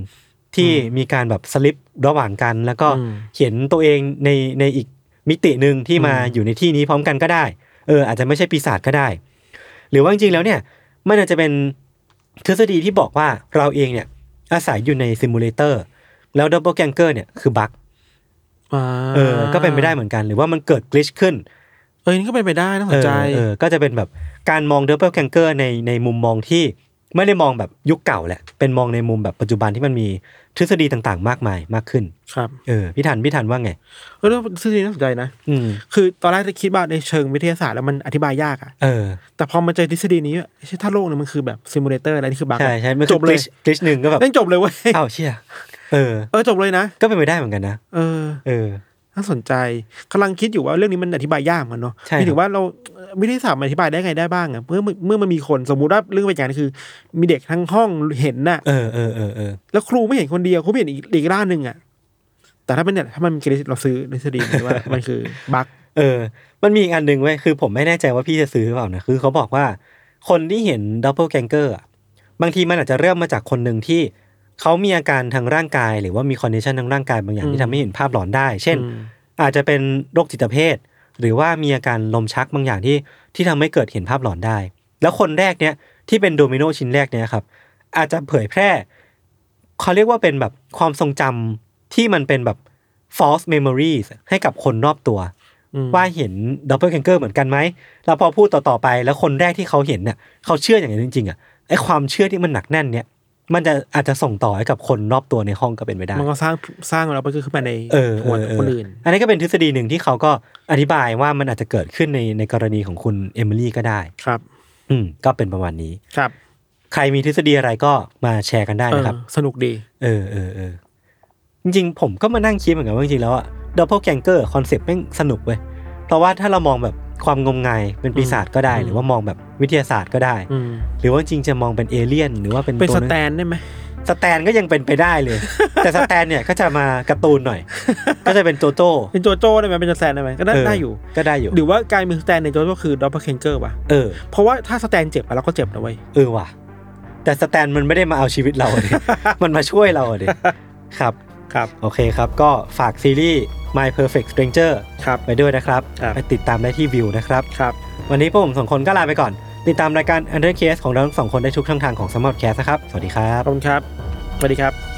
[SPEAKER 2] ที่มีการแบบสลิประหว่างกัน แล้วก็
[SPEAKER 3] อืม
[SPEAKER 2] เห็นตัวเองในในอีกมิติหนึ่งที่มา
[SPEAKER 3] อืม
[SPEAKER 2] อยู่ในที่นี้พร้อมกันก็ได้เอออาจจะไม่ใช่ปีศาจก็ได้ หรือว่าจริงๆแล้วเนี่ยมันอาจจะเป็นทฤษฎีที่บอกว่าเราเองเนี่ยอาศัยอยู่ในซิมูเลเตอร์แล้วดับเบิลแกงเกอร์เนี่ยคือบั๊ก
[SPEAKER 3] อ่า
[SPEAKER 2] เออก็เป็นไปได้เหมือนกัน หรือว่ามันเกิดกลิชขึ้น
[SPEAKER 3] เอ้ยนี่ก็เป็นไปได้น่าสนใจ
[SPEAKER 2] เออเออก็จะเป็นแบบการมองเดอร์เบิลแคงเกอร์ในในมุมมองที่ไม่ได้มองแบบยุคเก่าแหละ เป็นมองในมุมแบบปัจจุบันที่มันมีทฤษฎีต่างๆ มากมายมากขึ้น
[SPEAKER 3] ครับ
[SPEAKER 2] เออพี่ทันพี่ทันว่าไง
[SPEAKER 3] เออแล้วทฤษฎีน่าสนใจนะ
[SPEAKER 2] อืม
[SPEAKER 3] คือตอนแรกจะคิดว่าในเชิงวิทยาศาสตร์แล้วมันอธิบายยากอะ
[SPEAKER 2] เออ
[SPEAKER 3] แต่พอมาเจอทฤษฎีนี้ใช่ถ้าโลกเนี่ยมันคือแบบซิมูเลเตอร์อะไรนี่คือบั๊ก
[SPEAKER 2] ใช่ใช่มัน
[SPEAKER 3] จบเลย
[SPEAKER 2] กลิชหนึ่งก็แบบ
[SPEAKER 3] นั่นจบเลยเว้ย
[SPEAKER 2] อ้าวเชี่ยเออ
[SPEAKER 3] เออจบเลยนะ
[SPEAKER 2] ก็เป็นไปได้เหมือนกันนะ
[SPEAKER 3] เออ
[SPEAKER 2] เออ
[SPEAKER 3] น่าสนใจกำลังคิดอยู่ว่าเรื่องนี้มันอธิบายยากเหมือนกันเนาะ
[SPEAKER 2] ใช่
[SPEAKER 3] ไม่ถึงว่าเราเอ่อวิทยาศาสตร์มันอธิบายได้ไงได้บ้างอะเมื่อเมื่อเมื่อมันมีคนสมมุติว่าเรื่องเป็นอย่างนั้นคือ มีเด็กทั้งห้องเห็นน่ะ
[SPEAKER 2] เออเออเออเออ
[SPEAKER 3] แล้วครูไม่เห็นคนเดียวครูไม่เห็นอีกอีกด้านหนึ่งอะแต่ถ้าเป็นเนี่ยถ้ามันมีกริชเราซื้อทฤษฎีนี้ว่า มันคือบั๊ก
[SPEAKER 2] เออ มันมีอีกอันหนึ่งเว้ยคือผมไม่แน่ใจว่าพี่จะซื้อหรือเปล่านะคือเขาบอกว่าคนที่เห็นดับเบิลแกงเกอร์บางทีมันอาจจะเริ่มมาจากคนหนึ่งที่เขามีอาการทางร่างกาย หรือว่ามีคอนดิชันทางร่างกายบางอย่างที่ทำให้เห็นภาพหลอนได้ เช่น
[SPEAKER 3] อืม
[SPEAKER 2] อาจจะเป็นโรคจิตเภท หรือว่ามีอาการลมชักบางอย่างที่ที่ทำให้เกิดเห็นภาพหลอนได้ แล้วคนแรกเนี้ยที่เป็นโดมิโนชิ้นแรกเนี้ยครับอาจจะเผยแพร่เขาเรียกว่าเป็นแบบความทรงจำที่มันเป็นแบบ false memories ให้กับคนรอบตัว
[SPEAKER 3] อืม
[SPEAKER 2] ว่าเห็นดับเบิลแ n งเกอร์เหมือนกันไหมแล้วพอพูดต่อ ๆ ไป แล้วคนแรกที่เขาเห็นเนี่ยเขาเชื่ออย่างนั้นจริงๆอ่ะไอความเชื่อที่มันหนักแน่นเนี่ยมันจะอาจจะส่งต่อให้กับคนรอบตัวในห้องก็เป็นไปได้
[SPEAKER 3] มันก็สร้างสร้างเราไปคือขึ้นมาใน
[SPEAKER 2] เออ
[SPEAKER 3] หัว
[SPEAKER 2] เออ
[SPEAKER 3] คนอื่น
[SPEAKER 2] เอออันนี้ก็เป็นทฤษฎีหนึ่งที่เขาก็อธิบายว่ามันอาจจะเกิดขึ้นในในกรณีของคุณเอมิลี่ก็ได้
[SPEAKER 3] ครับ
[SPEAKER 2] อืมก็เป็นประมาณนี้
[SPEAKER 3] ครับ
[SPEAKER 2] ใครมีทฤษฎีอะไรก็มาแชร์กันได้นะครับ
[SPEAKER 3] เออสนุกดี
[SPEAKER 2] เออเออเออจริงๆ ผมก็มานั่งคิดเหมือนกันว่าจริงๆแล้วอะดับเบิลแกงเกอร์คอนเซปต์แม่งสนุกเว้ยเพราะว่าถ้าเรามองแบบความงมงายเป็นปีศาจก็ได้
[SPEAKER 3] อื
[SPEAKER 2] ห
[SPEAKER 3] ม
[SPEAKER 2] รือว่ามองแบบวิทยาศาสตร์ก็ได้
[SPEAKER 3] อืม
[SPEAKER 2] หรือว่าจริงๆจะมองเป็นเอเลี่ยน หรือว่าเป็น
[SPEAKER 3] เป็น
[SPEAKER 2] ตัว
[SPEAKER 3] ส
[SPEAKER 2] นั้น
[SPEAKER 3] แตนได้ไหม
[SPEAKER 2] สแตนก็ยังเป็นไปได้เลย แต่สแตนเนี่ยก็จะมา การ์ตูนหน่อย ก็จะเป็นโจโจ้
[SPEAKER 3] เป็นโจโจ้ได้ไหมเป็นสแตนได้ไหมก็ได้
[SPEAKER 2] เ
[SPEAKER 3] ได้อยู่
[SPEAKER 2] ก็ได้อยู่
[SPEAKER 3] หรือว่ากลายเป็นสแตนในโจโจ้คือดับเบิลเคนเกอร์ป่ะ
[SPEAKER 2] เออ
[SPEAKER 3] เพราะว่าถ้าสแตนเจ็บอะเราก็เจ็บนะเว้ย
[SPEAKER 2] เออว่ะ แต่สแตนมันไม่ได้มาเอาชีวิ ตเราเลย มันมาช่วยเราเลยครับ
[SPEAKER 3] ครับ
[SPEAKER 2] โอเคครับ ก็ฝากซีรีส์ My Perfect Stranger
[SPEAKER 3] ครับ
[SPEAKER 2] ไปด้วยนะครับ
[SPEAKER 3] ครับ
[SPEAKER 2] ไปติดตามได้ที่วิวนะครับ
[SPEAKER 3] ครับ
[SPEAKER 2] วันนี้พวกผมสองคนก็ลาไปก่อน ติดตามรายการ Under Case ของเราทั้งสองคนได้ทุกช่องทางของ s m a r t Cast นะครับ สวัสดีครับ
[SPEAKER 3] ขอบคุณครับ สวัสดีครับ